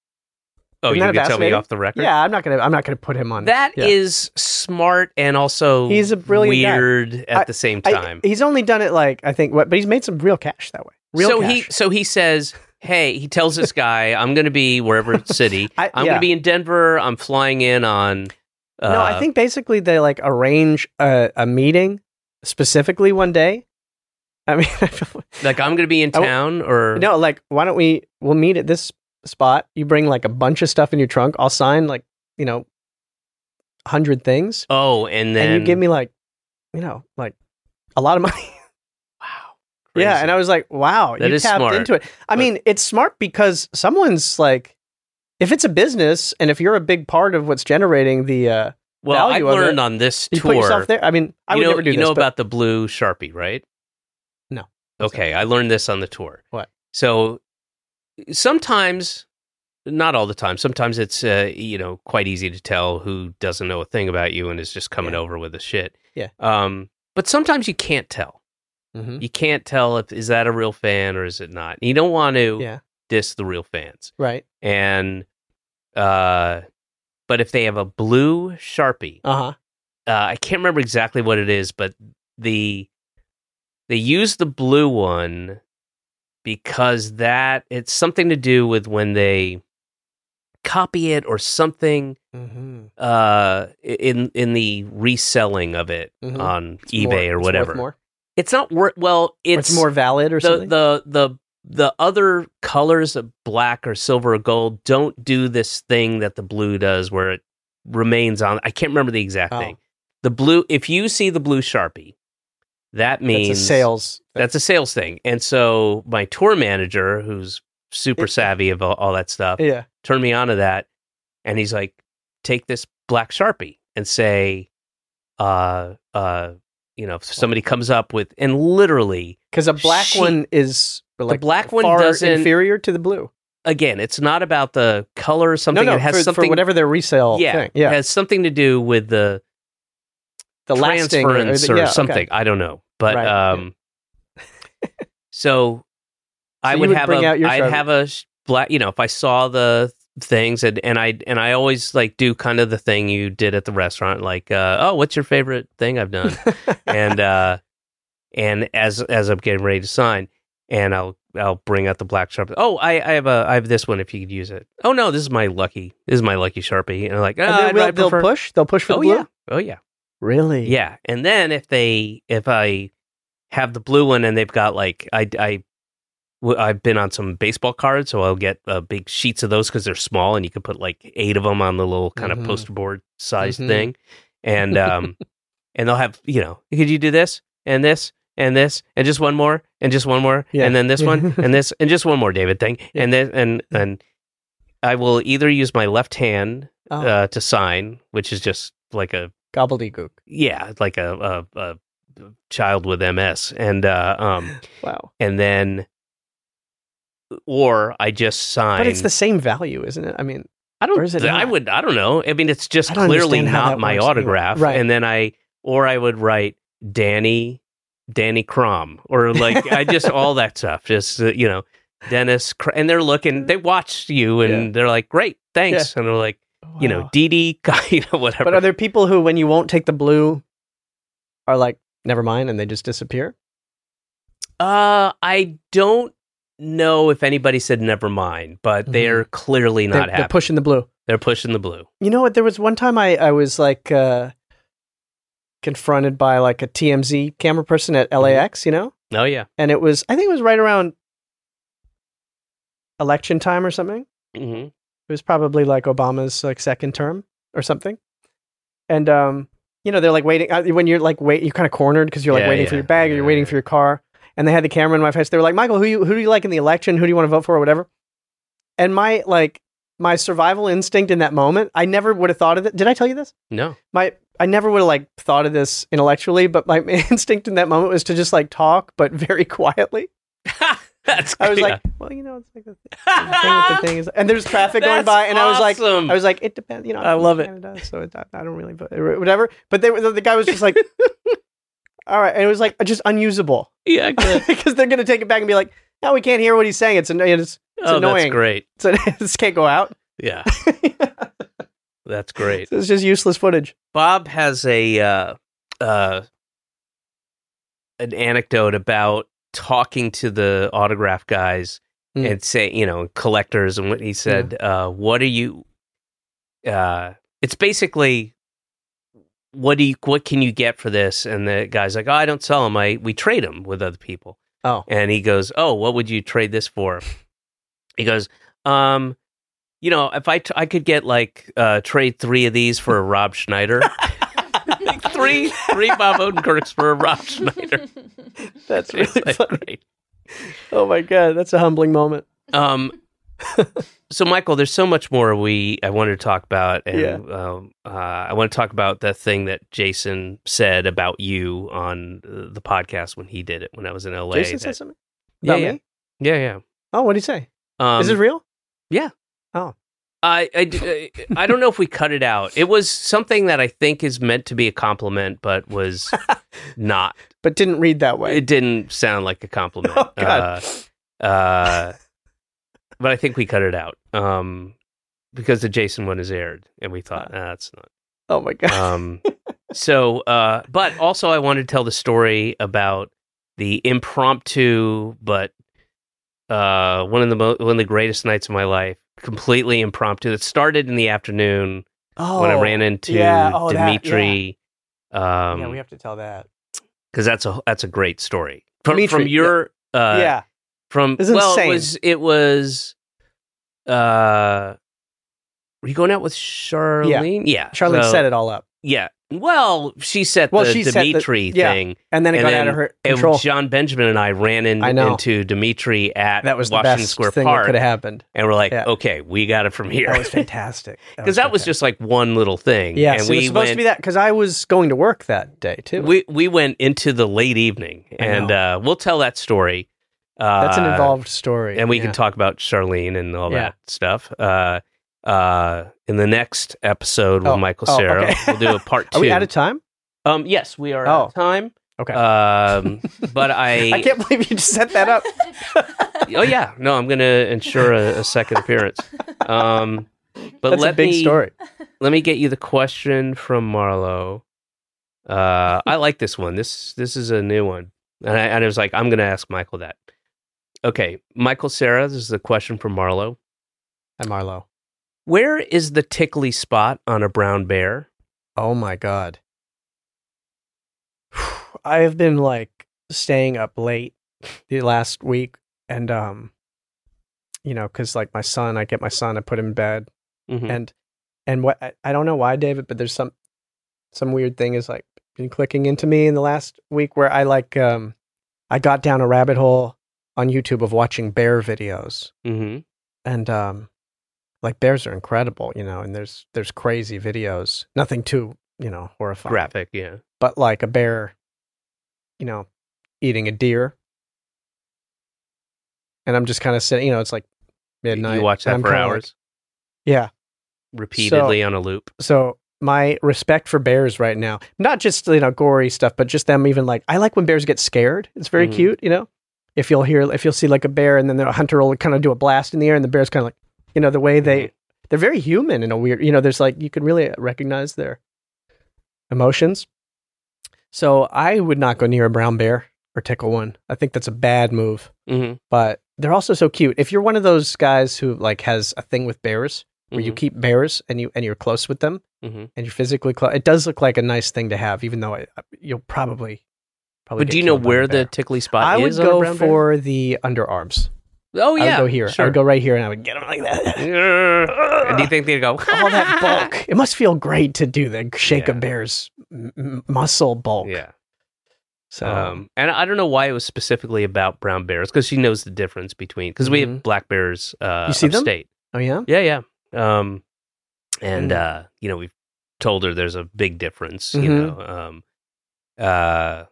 Oh,
Isn't
you
that
can tell me
fascinating?
off the record.
Yeah, I'm not gonna. I'm not gonna put him on.
That is
yeah.
smart and also
He's a brilliant guy.
weird at
I-
the same
I-
time.
he's only done it like I think, what, but he's made some real cash that way. Real
so
cash.
he so he says, "Hey," he tells this guy, "I'm going to be wherever city.
I-
I'm going
yeah.
to be in Denver. I'm flying in on." Uh,
no, I think basically they like arrange a, a meeting specifically one day. I mean, I feel,
like I'm going to be in
I w-
town or
no, like why don't we? We'll meet at this spot. You bring like a bunch of stuff in your trunk. I'll sign like you know, hundred things,
Oh, and then
and you give me like, you know, like a lot of money. Yeah,
crazy.
and I was like, wow,
That
you
is
tapped
smart.
into it. I
But-
mean, it's smart because someone's like, if it's a business and if you're a big part of what's generating the, uh,
well, I
value of
learned
it.
on this
you
tour.
put yourself there. I mean, I
you
would
know,
never do
you
this.
know
but-
about the blue sharpie, right?
No.
Okay, I learned this on the tour.
What?
So sometimes, not all the time. Sometimes it's uh, you know quite easy to tell who doesn't know a thing about you and is just coming
Yeah.
over with the shit.
Yeah.
Um, but sometimes you can't tell.
Mhm.
You can't tell if is that a real fan or is it not. You don't want to
Yeah.
diss the real fans
right?
and uh, but if they have a blue sharpie
Uh huh.
uh, I can't remember exactly what it is, but the they use the blue one because that it's something to do with when they copy it or something
Mm-hmm.
uh, in in the reselling of it
Mhm.
on eBay or whatever.
It's, worth more.
It's not worth well.
Or
It's,
it's more valid or
the,
something.
the the the other colors of black or silver or gold don't do this thing that the blue does where it remains on I can't remember the exact
Oh.
thing. The blue if you see the blue Sharpie, that means
that's a sales.
that's a sales thing. And so my tour manager, who's super
It-
savvy of all, all that stuff,
yeah.
turned me on to that and he's like, take this black Sharpie and say, uh uh you know, if somebody comes up with and literally
Because a black
She-
one is like
black one
far
doesn't-
inferior to the blue.
again, it's not about the color or something.
no, no,
it has
for,
something
for whatever their resale
yeah,
thing. Yeah,
It has something to do with the,
the lasting or-
transference or,
yeah, okay.
something. I don't know. But
Right, yeah.
um so, I
you
would,
would
have
bring
a
out your
I'd
Charmin.
have a sh- black you know, if I saw the things and and I and I always like do kind of the thing you did at the restaurant like uh oh, what's your favorite thing I've done? and uh and as as I'm getting ready to sign and I'll I'll bring out the black sharpie. Oh, I, I have a I have this one if you could use it. Oh no, this is my lucky this is my lucky sharpie. And I'm like,
And
"Ah,
they
I'd-
will-
I'd
they'll
prefer-"
push? They'll push for
oh,
the blue?
Yeah. Oh yeah.
Really?
Yeah. And then if they if I have the blue one and they've got like I I w- I've been on some baseball cards, so I'll get uh, big sheets of those because they're small and you can put like eight of them on the little kind
Mhm.
of poster board sized
Mhm.
thing, and um and they'll have you know could you do this and this and this and just one more and just one more
Yeah.
and then this
Yeah.
one and this and just one more David thing
Yeah.
and then and and I will either use my left hand
Oh,
uh, to sign, which is just like a
gobbledygook.
yeah, like a, a, a child with MS, and uh, um,
Wow.
and then, or I just sign.
But it's the same value, isn't it? I mean,
I don't.
or is it
I
not?
would. I don't know. I mean, it's just
I don't
clearly
understand how
not
that
my
works anyway.
autograph,
Right.
And then I, or I would write Danny, Danny Crom, or like I just all that stuff. Just uh, you know, Dennis, Cr- and they're looking. They watched you, and they're like, "Great, thanks," and they're like, you know,
Wow.
Dee Dee, you know, whatever.
But are there people who, when you won't take the blue, are like, never mind, and they just disappear?
Uh, I don't know if anybody said never mind, but they're clearly
They're-
not
Mm-hmm. they're,
happy.
pushing the blue.
They're pushing the blue.
You know what? There was one time I, I was like uh, confronted by like a TMZ camera person at LAX, you know?
Oh yeah.
And it was, I think it was right around election time or something.
hmm
It was probably like Obama's like second term or something. And um, you know, they're like waiting uh, when you're like wait, you're kind of cornered because you're like
Yeah,
waiting for
yeah.
your bag or you're
Yeah,
waiting
yeah.
for your car. And they had the camera in my face. They were like, "Michael, who you who do you like in the election? Who do you want to vote for, or whatever?" And my like my survival instinct in that moment, I never would have thought of it. Did I tell you this?
No.
My I never would have like thought of this intellectually, but my instinct in that moment was to just like talk, but very quietly.
That's
I was
yeah.
like, well, you know, it's like the thing, the thing with the thing is, and there's traffic going
That's
by, and I was like,
awesome.
I was like, it depends, you know.
I
I'm from
love it.
Canada, so it, I don't really, vote- whatever. But they, were- the guy was just like, all right, and it was like just unusable
yeah, good.
because they're gonna take it back and be like, no, we can't hear what he's saying. It's an- it's it's
oh,
annoying.
that's great.
It's, this can't go out.
Yeah,
it's
that's great.
just useless footage.
Bob has a uh, uh, an anecdote about talking to the autograph guys
Mm.
and say, you know, collectors, and what he said, uh, "What are you?" Uh, it's basically, what do you, what can you get for this? And the guy's like, "Oh, I don't sell them. I we trade them with other people."
Oh,
And he goes, "Oh, what would you trade this for?" He goes, "Um, you know, if I t- I could get like uh, trade three of these for a Rob Schneider, three three Bob Odenkirks for a Rob Schneider."
that's really
It's like,
funny.
great.
Oh my god, that's a humbling moment.
Um, so Michael, there's so much more we I wanted to talk about, and
Yeah.
um, uh, I want to talk about the thing that Jason said about you on uh, the podcast when he did it when I was in LA.
Jason
that-
said something about
yeah,
me.
yeah, yeah,
Oh, what did he say?
yeah. Um,
Is it real?
I, I d- I don't know if we cut it out. It was something that I think is meant to be a compliment, but was not.
But didn't read that way.
It didn't sound like a compliment.
Oh, God.
Uh, uh, but I think we cut it out um, because the Jason one is aired, and we thought ah, that's not.
oh my god.
Um, so, uh, but also, I wanted to tell the story about the impromptu, but uh, one of the mo- one of the greatest nights of my life. Completely impromptu. It started in the afternoon
Oh,
when I ran into
yeah. Oh, that, yeah.
Dimitri. um,
yeah, we have to tell that.
because that's a that's a great story from
Dimitri,
from your uh,
yeah,
from
It's
well
insane.
it was it was uh were you going out with Charlene? Yeah,
Charlene
so-
set it all up,
Yeah, well she set
Well,
the
she set the-
Dimitri
yeah.
thing.
and then it
And
got
then
out of her
And
control.
John Benjamin and I ran in,
I know.
into Dimitri at
that was the
Washington
best
Square
thing that
Park,
could have happened.
and we're like,
Yeah.
okay, we got it from here.
That was fantastic.
because that was just like one little thing.
yeah.
and
it was supposed to be that because I was going to work that day too.
We we went into the late evening,
I
and uh, we'll tell that story. Uh,
That's an involved story,
and we
yeah.
can talk about Charlene and all
Yeah.
that stuff. Uh, uh, in the next episode with
Oh,
Michael
oh,
Sarah,
okay.
we'll do a part two.
Are we out of time?
um, yes, we are
Oh.
out of time.
Okay.
Um, but I,
I can't believe you just set that up.
oh yeah, no, I'm gonna ensure a, a second appearance. Um, but
That's
let
a big
me
story.
let me get you the question from Marlo. Uh, I like this one. This this is a new one, and I, and I was like, I'm gonna ask Michael that. Okay, Michael Sarah, this is a question from Marlo.
Hi, Marlo.
Where is the tickly spot on a brown bear?
Oh my god. I have been like staying up late the last week and um you know cuz like my son I get my son I put him in bed
Mhm.
and and what I, I don't know why David but there's some some weird thing is like been clicking into me in the last week where I like um I got down a rabbit hole on YouTube of watching bear videos Mm-hmm.
Mhm.
and um like bears are incredible you know and there's there's crazy videos nothing too you know horrifying
Graphic, yeah.
but like a bear you know eating a deer and i'm just kind of sitting you know it's like midnight
you watch that
and I'm
for
kinda like-
hours
yeah
repeatedly on a loop.
so my respect for bears right now not just you know gory stuff but just them even like i like when bears get scared it's very
Mhm.
cute you know if you'll hear if you'll see like a bear and then the hunter will kind of do a blast in the air and the bear's kind of like you know the way they
Mm-hmm.
they're very human in a weird you know there's like you can really recognize their emotions so i would not go near a brown bear or tickle one i think that's a bad move
Mm-hmm.
but they're also so cute. If you're one of those guys who like has a thing with bears, where you
Mhm.
keep bears and you and you're close with them
Mhm.
and you're physically close, it does look like a nice thing to have. Even though I, uh, you'll probably probably.
But
get
do you know
killed by a
where the
bear.
tickly spot
I would
is? on a
go
brown bear?
for the underarms.
Oh
I
yeah,
would go here. I
Sure.
would go right here, and I would get them like that.
and do you think they'd go?
All that bulk. It must feel great to do the shake a
Yeah.
bear's m- m- muscle bulk.
Yeah.
So
um, and I don't know why it was specifically about brown bears because she knows the difference between because we
Mhm.
have black bears. Uh,
You see them?
upstate.
oh yeah,
Yeah, yeah. Um, and
Mm.
uh, you know, we've told her there's a big difference. You
Mhm.
know, um, uh,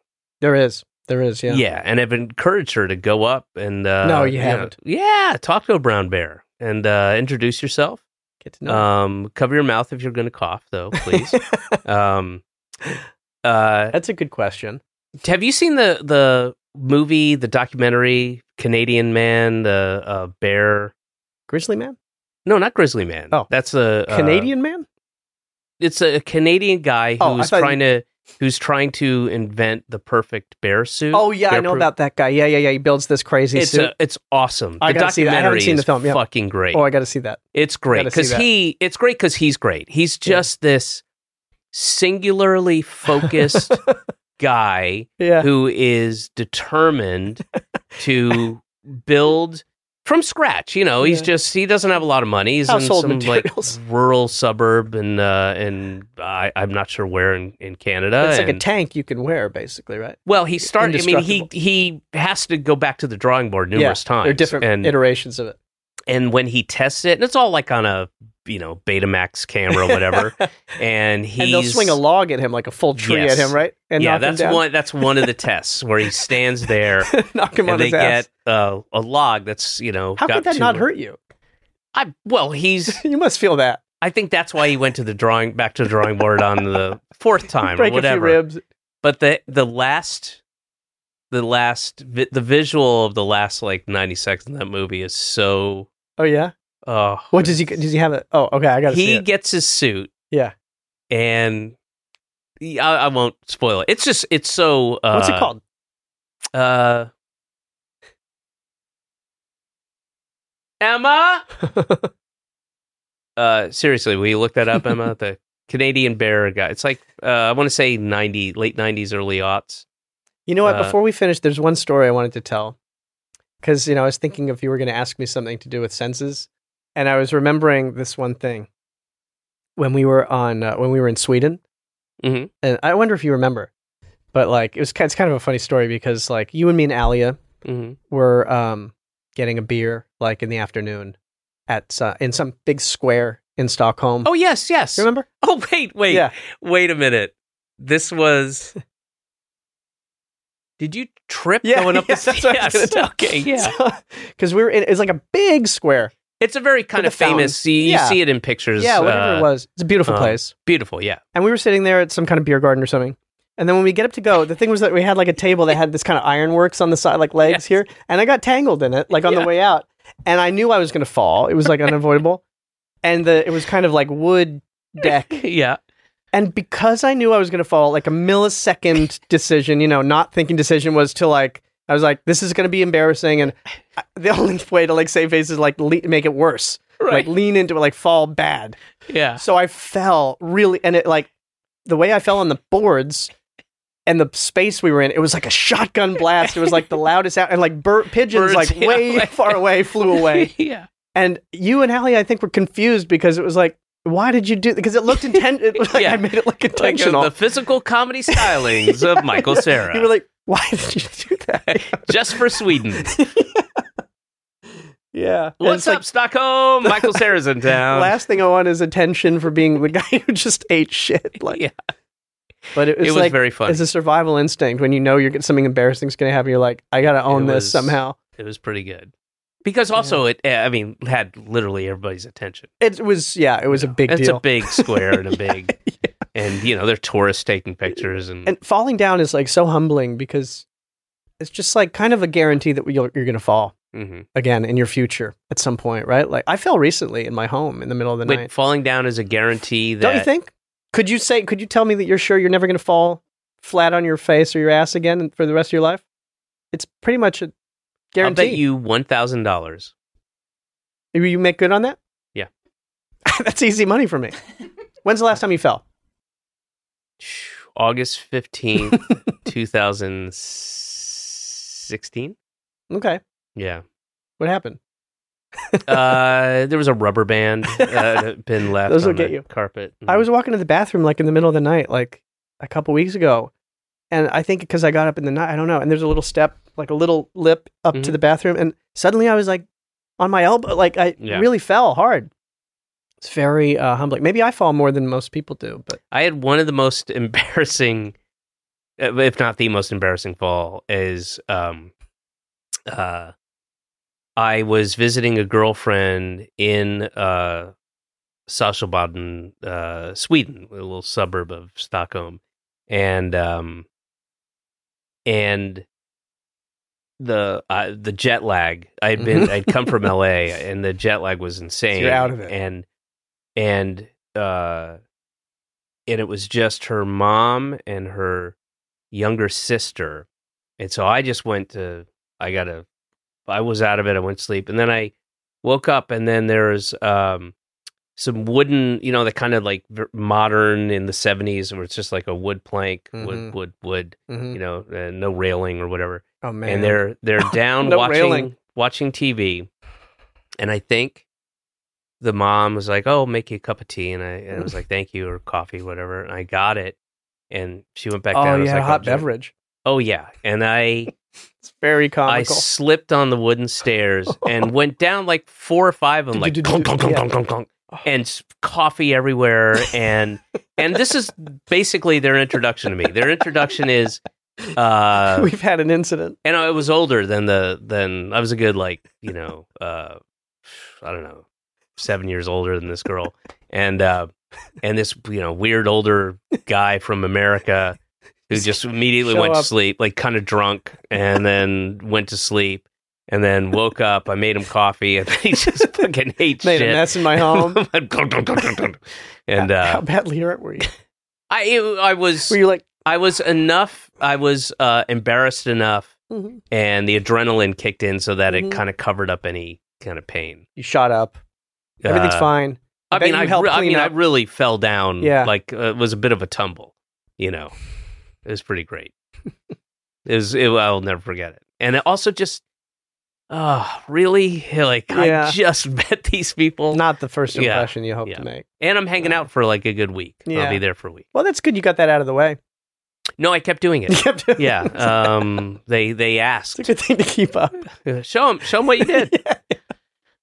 there is, there is. Yeah,
yeah. and I've encouraged her to go up and uh,
No, you
know,
haven't.
yeah, talk to a brown bear and uh, introduce yourself.
Get to know.
Um, cover your mouth if you're going to cough, though, please. um, uh,
That's a good question.
have you seen the the movie, the documentary, Canadian Man, the uh, bear?
Grizzly man,
No, not Grizzly Man.
Oh.
that's a uh,
Canadian man.
It's a Canadian guy
Oh, I
who's
thought you-
trying to who's trying to invent the perfect bear suit.
Oh yeah, I
Bear
know
proof-
about that guy. Yeah, yeah, yeah. He builds this crazy
It's
suit.
a, it's awesome.
I
the
gotta see that. I haven't
documentary
seen the
is
film, yeah.
fucking great.
oh, I got to see that.
It's great
Gotta see
because
that.
he. It's great because he's great. He's
Yeah.
just this singularly focused guy
Yeah,
who is determined to build from scratch. You know, he's
Yeah.
just he doesn't have a lot of money. He's
Household
in some
materials.
like rural suburb and uh, and I, I'm not sure where in, in Canada.
it's like a
and-
tank you can wear, basically, right?
well, he started. I mean, he
Indestructible.
he has to go back to the drawing board numerous
yeah,
times.
There are different
and
iterations of it.
and when he tests it, and it's all like on a you know Betamax camera, or whatever. and he's
and they'll swing a log at him, like a full tree
Yes.
at him, right? And
yeah,
knock
that's
him down.
one. That's one of the tests where he stands there
knock him on
and they
his ass.
get uh, a log that's you know.
How
got
could that
two-
not hurt you?
I well, he's.
you must feel that.
I think that's why he went to the drawing back to the drawing board on the fourth time
Break
or
a few
whatever.
ribs.
But the the last, the last vi- the visual of the last like ninety seconds of that movie is so.
Oh yeah.
Uh,
What does he? Does he have it? Oh, okay. I got to see
he
it.
gets his suit
Yeah.
and. he- I, I won't spoil it. It's just it's so. Uh,
What's it called?
Uh, Emma. uh, seriously, will you look that up, Emma? the Canadian Bear guy. It's like uh, I want to say ninety, late nineties, early aughts.
You know what?
Uh,
Before we finish, there's one story I wanted to tell because you know I was thinking if you were going to ask me something to do with senses, and I was remembering this one thing when we were on uh, when we were in Sweden,
Mhm.
and I wonder if you remember, but like it was ki- it's kind of a funny story because like you and me and Alia
Mm-hmm.
were um, getting a beer like in the afternoon at uh, in some big square in Stockholm.
Oh yes, yes.
You remember?
Oh wait, wait,
Yeah.
wait a minute. This was. Did you trip going up the
that's what I
stairs?
was gonna tell.
Okay, yeah.
because we were in, it's like a big square.
It's a very kind
the
of famous. You,
fountain.
you
Yeah.
see it in pictures.
Yeah, whatever
uh,
it was. It's a beautiful
um,
place.
Beautiful. Yeah.
and we were sitting there at some kind of beer garden or something. And then when we get up to go, the thing was that we had like a table that had this kind of ironworks on the side, like legs
Yes.
here, and I got tangled in it, like on
Yeah.
the way out, and I knew I was going to fall. It was like unavoidable, and the it was kind of like wood deck,
Yeah.
and because I knew I was going to fall, like a millisecond decision, you know, not thinking decision was to like I was like, this is going to be embarrassing, and I- the only way to like save face is like le- make it worse,
Right.
like lean into it, like fall bad.
Yeah.
So I fell really, and it like the way I fell on the boards and the space we were in, it was like a shotgun blast. It was like the loudest out, and like bir-
Birds,
pigeons like
yeah,
way
like-
far away flew away.
yeah.
And you and Hallie, I think, were confused because it was like, why did you do? Because it looked intent. It was like
Yeah.
I made it look
Like uh,
intentional.
the physical comedy stylings of Michael Sarah.
you were like, why did you do that?
just for Sweden.
yeah. And
What's
it's like,
up, Stockholm? Michael Sarah's in town.
last thing I want is attention for being the guy who just ate shit. Like,
Yeah.
But it was,
It was
like-
very funny.
It's a survival instinct when you know you're something embarrassing's going to happen. You're like, I got to own
It
this
was-
somehow.
It was pretty good. Because also, it, eh, I mean, had literally everybody's attention.
It was, yeah, it was a big
it's
deal.
a big square and a big, and you know, they're tourists taking pictures and,
and falling down is like so humbling because it's just like kind of a guarantee that you're, you're going to fall
Mhm.
again in your future at some point, right? Like I fell recently in my home in the middle of the
Wait,
night.
falling down is a guarantee that
Don't you think? Could you say? Could you tell me that you're sure you're never going to fall flat on your face or your ass again for the rest of your life? It's pretty much a guarantee.
I'll bet you one thousand dollars.
You- you make good on that.
Yeah.
that's easy money for me. When's the last time you fell?
August fifteenth, two thousand sixteen.
Okay,
Yeah,
what happened?
uh, there was a rubber band uh, that had been left
Those will
on the
get you.
carpet.
I was walking to the bathroom like in the middle of the night, like a couple weeks ago. And I think because I got up in the night, I don't know. And there's a little step, like a little lip up
Mhm.
to the bathroom. And suddenly I was like on my elbow, like I
Yeah.
really fell hard. It's very uh, humbling. Maybe I fall more than most people do, but
I had one of the most embarrassing, uh, if not the most embarrassing fall, is um, uh, I was visiting a girlfriend in uh, Sashabaden, uh, Sweden, a little suburb of Stockholm, and um, and the uh, the jet lag. I had been
Mhm.
I'd come from L.A. and the jet lag was insane.
out of it.
and and uh, and it was just her mom and her younger sister. And so I just went to I got to I was out of it. I went to sleep, and then I woke up, and then there's um, some wooden, you know, the kind of like v- modern in the '70s, where it's just like a wood plank,
Mhm.
wood, wood, wood,
Mhm.
you know, uh, no railing or whatever.
oh man,
And they're they're down
No
watching
railing.
watching TV, and I think the mom was like, "Oh, make you a cup of tea," and I and I was like, "Thank you," or coffee, whatever. And I got it, and she went back
oh
down. I
yeah,
was like,
hot
"Oh, Jen-"
beverage.
Oh yeah, and I.
It's very
I
comical.
slipped on the wooden stairs and went down like four or five of them, like conk, conk, conk,
Yeah. Oh.
conk, conk, conk, and s- coffee everywhere. And and this is basically their introduction to me. Their introduction is, uh,
We've had an incident.
and I was older than the than I was a good like you know uh, I don't know seven years older than this girl, and uh, and this you know weird older guy from America who just immediately
Show
went
up.
to sleep, like kind of drunk, and then went to sleep, and then woke up. I made him coffee, and he just fucking hates
Made
shit.
a mess in my home.
and
How
uh,
badly hurt were you?
I I was
Were you like?
I was enough. I was uh, embarrassed enough,
Mhm.
and the adrenaline kicked in so that
Mhm.
it kind of covered up any kind of pain.
You shot up. Everything's
Uh,
fine.
I
bet
mean,
you
I,
helped
re- I
clean
mean, I
up.
really fell down.
Yeah.
like uh, it was a bit of a tumble. You know, it was pretty great. it was. It, I'll never forget it. And it also just, oh, really? Like
Yeah.
I just met these people,
Not the first
Yeah,
impression you hope
yeah.
to make.
and I'm hanging out for like a good week.
Yeah.
I'll be there for a week.
Well, that's good. You got that out of the way.
No, I kept doing
You
it.
kept doing
yeah.
it.
Um. They they
it's a
asked.
good thing to keep up.
Yeah, show them. Show them what you did.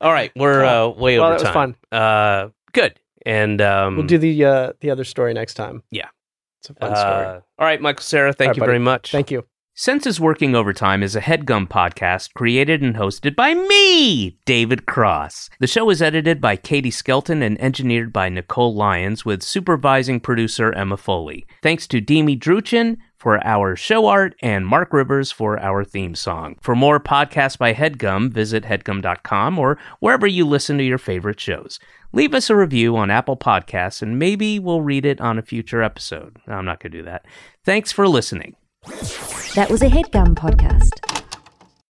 All right, we're uh, way
Well,
over
that
time.
was
Uh, good. And um,
We'll do the uh, the other story next time.
Yeah.
it's a fun
uh,
story.
All right, Michael Sarah. Thank
All right,
you
buddy.
very much.
Thank you.
Senses Working Overtime is a headgum podcast created and hosted by me, David Cross. The show is edited by Katie Skelton and engineered by Nicole Lyons with supervising producer Emma Foley. Thanks to Demi Druchin for our show art and Mark Rivers for our theme song. For more podcasts by Headgum, visit headgum.com or wherever you listen to your favorite shows. Leave us a review on Apple Podcasts and maybe we'll read it on a future episode. I'm not going to do that. Thanks for listening.
That was a headgum podcast.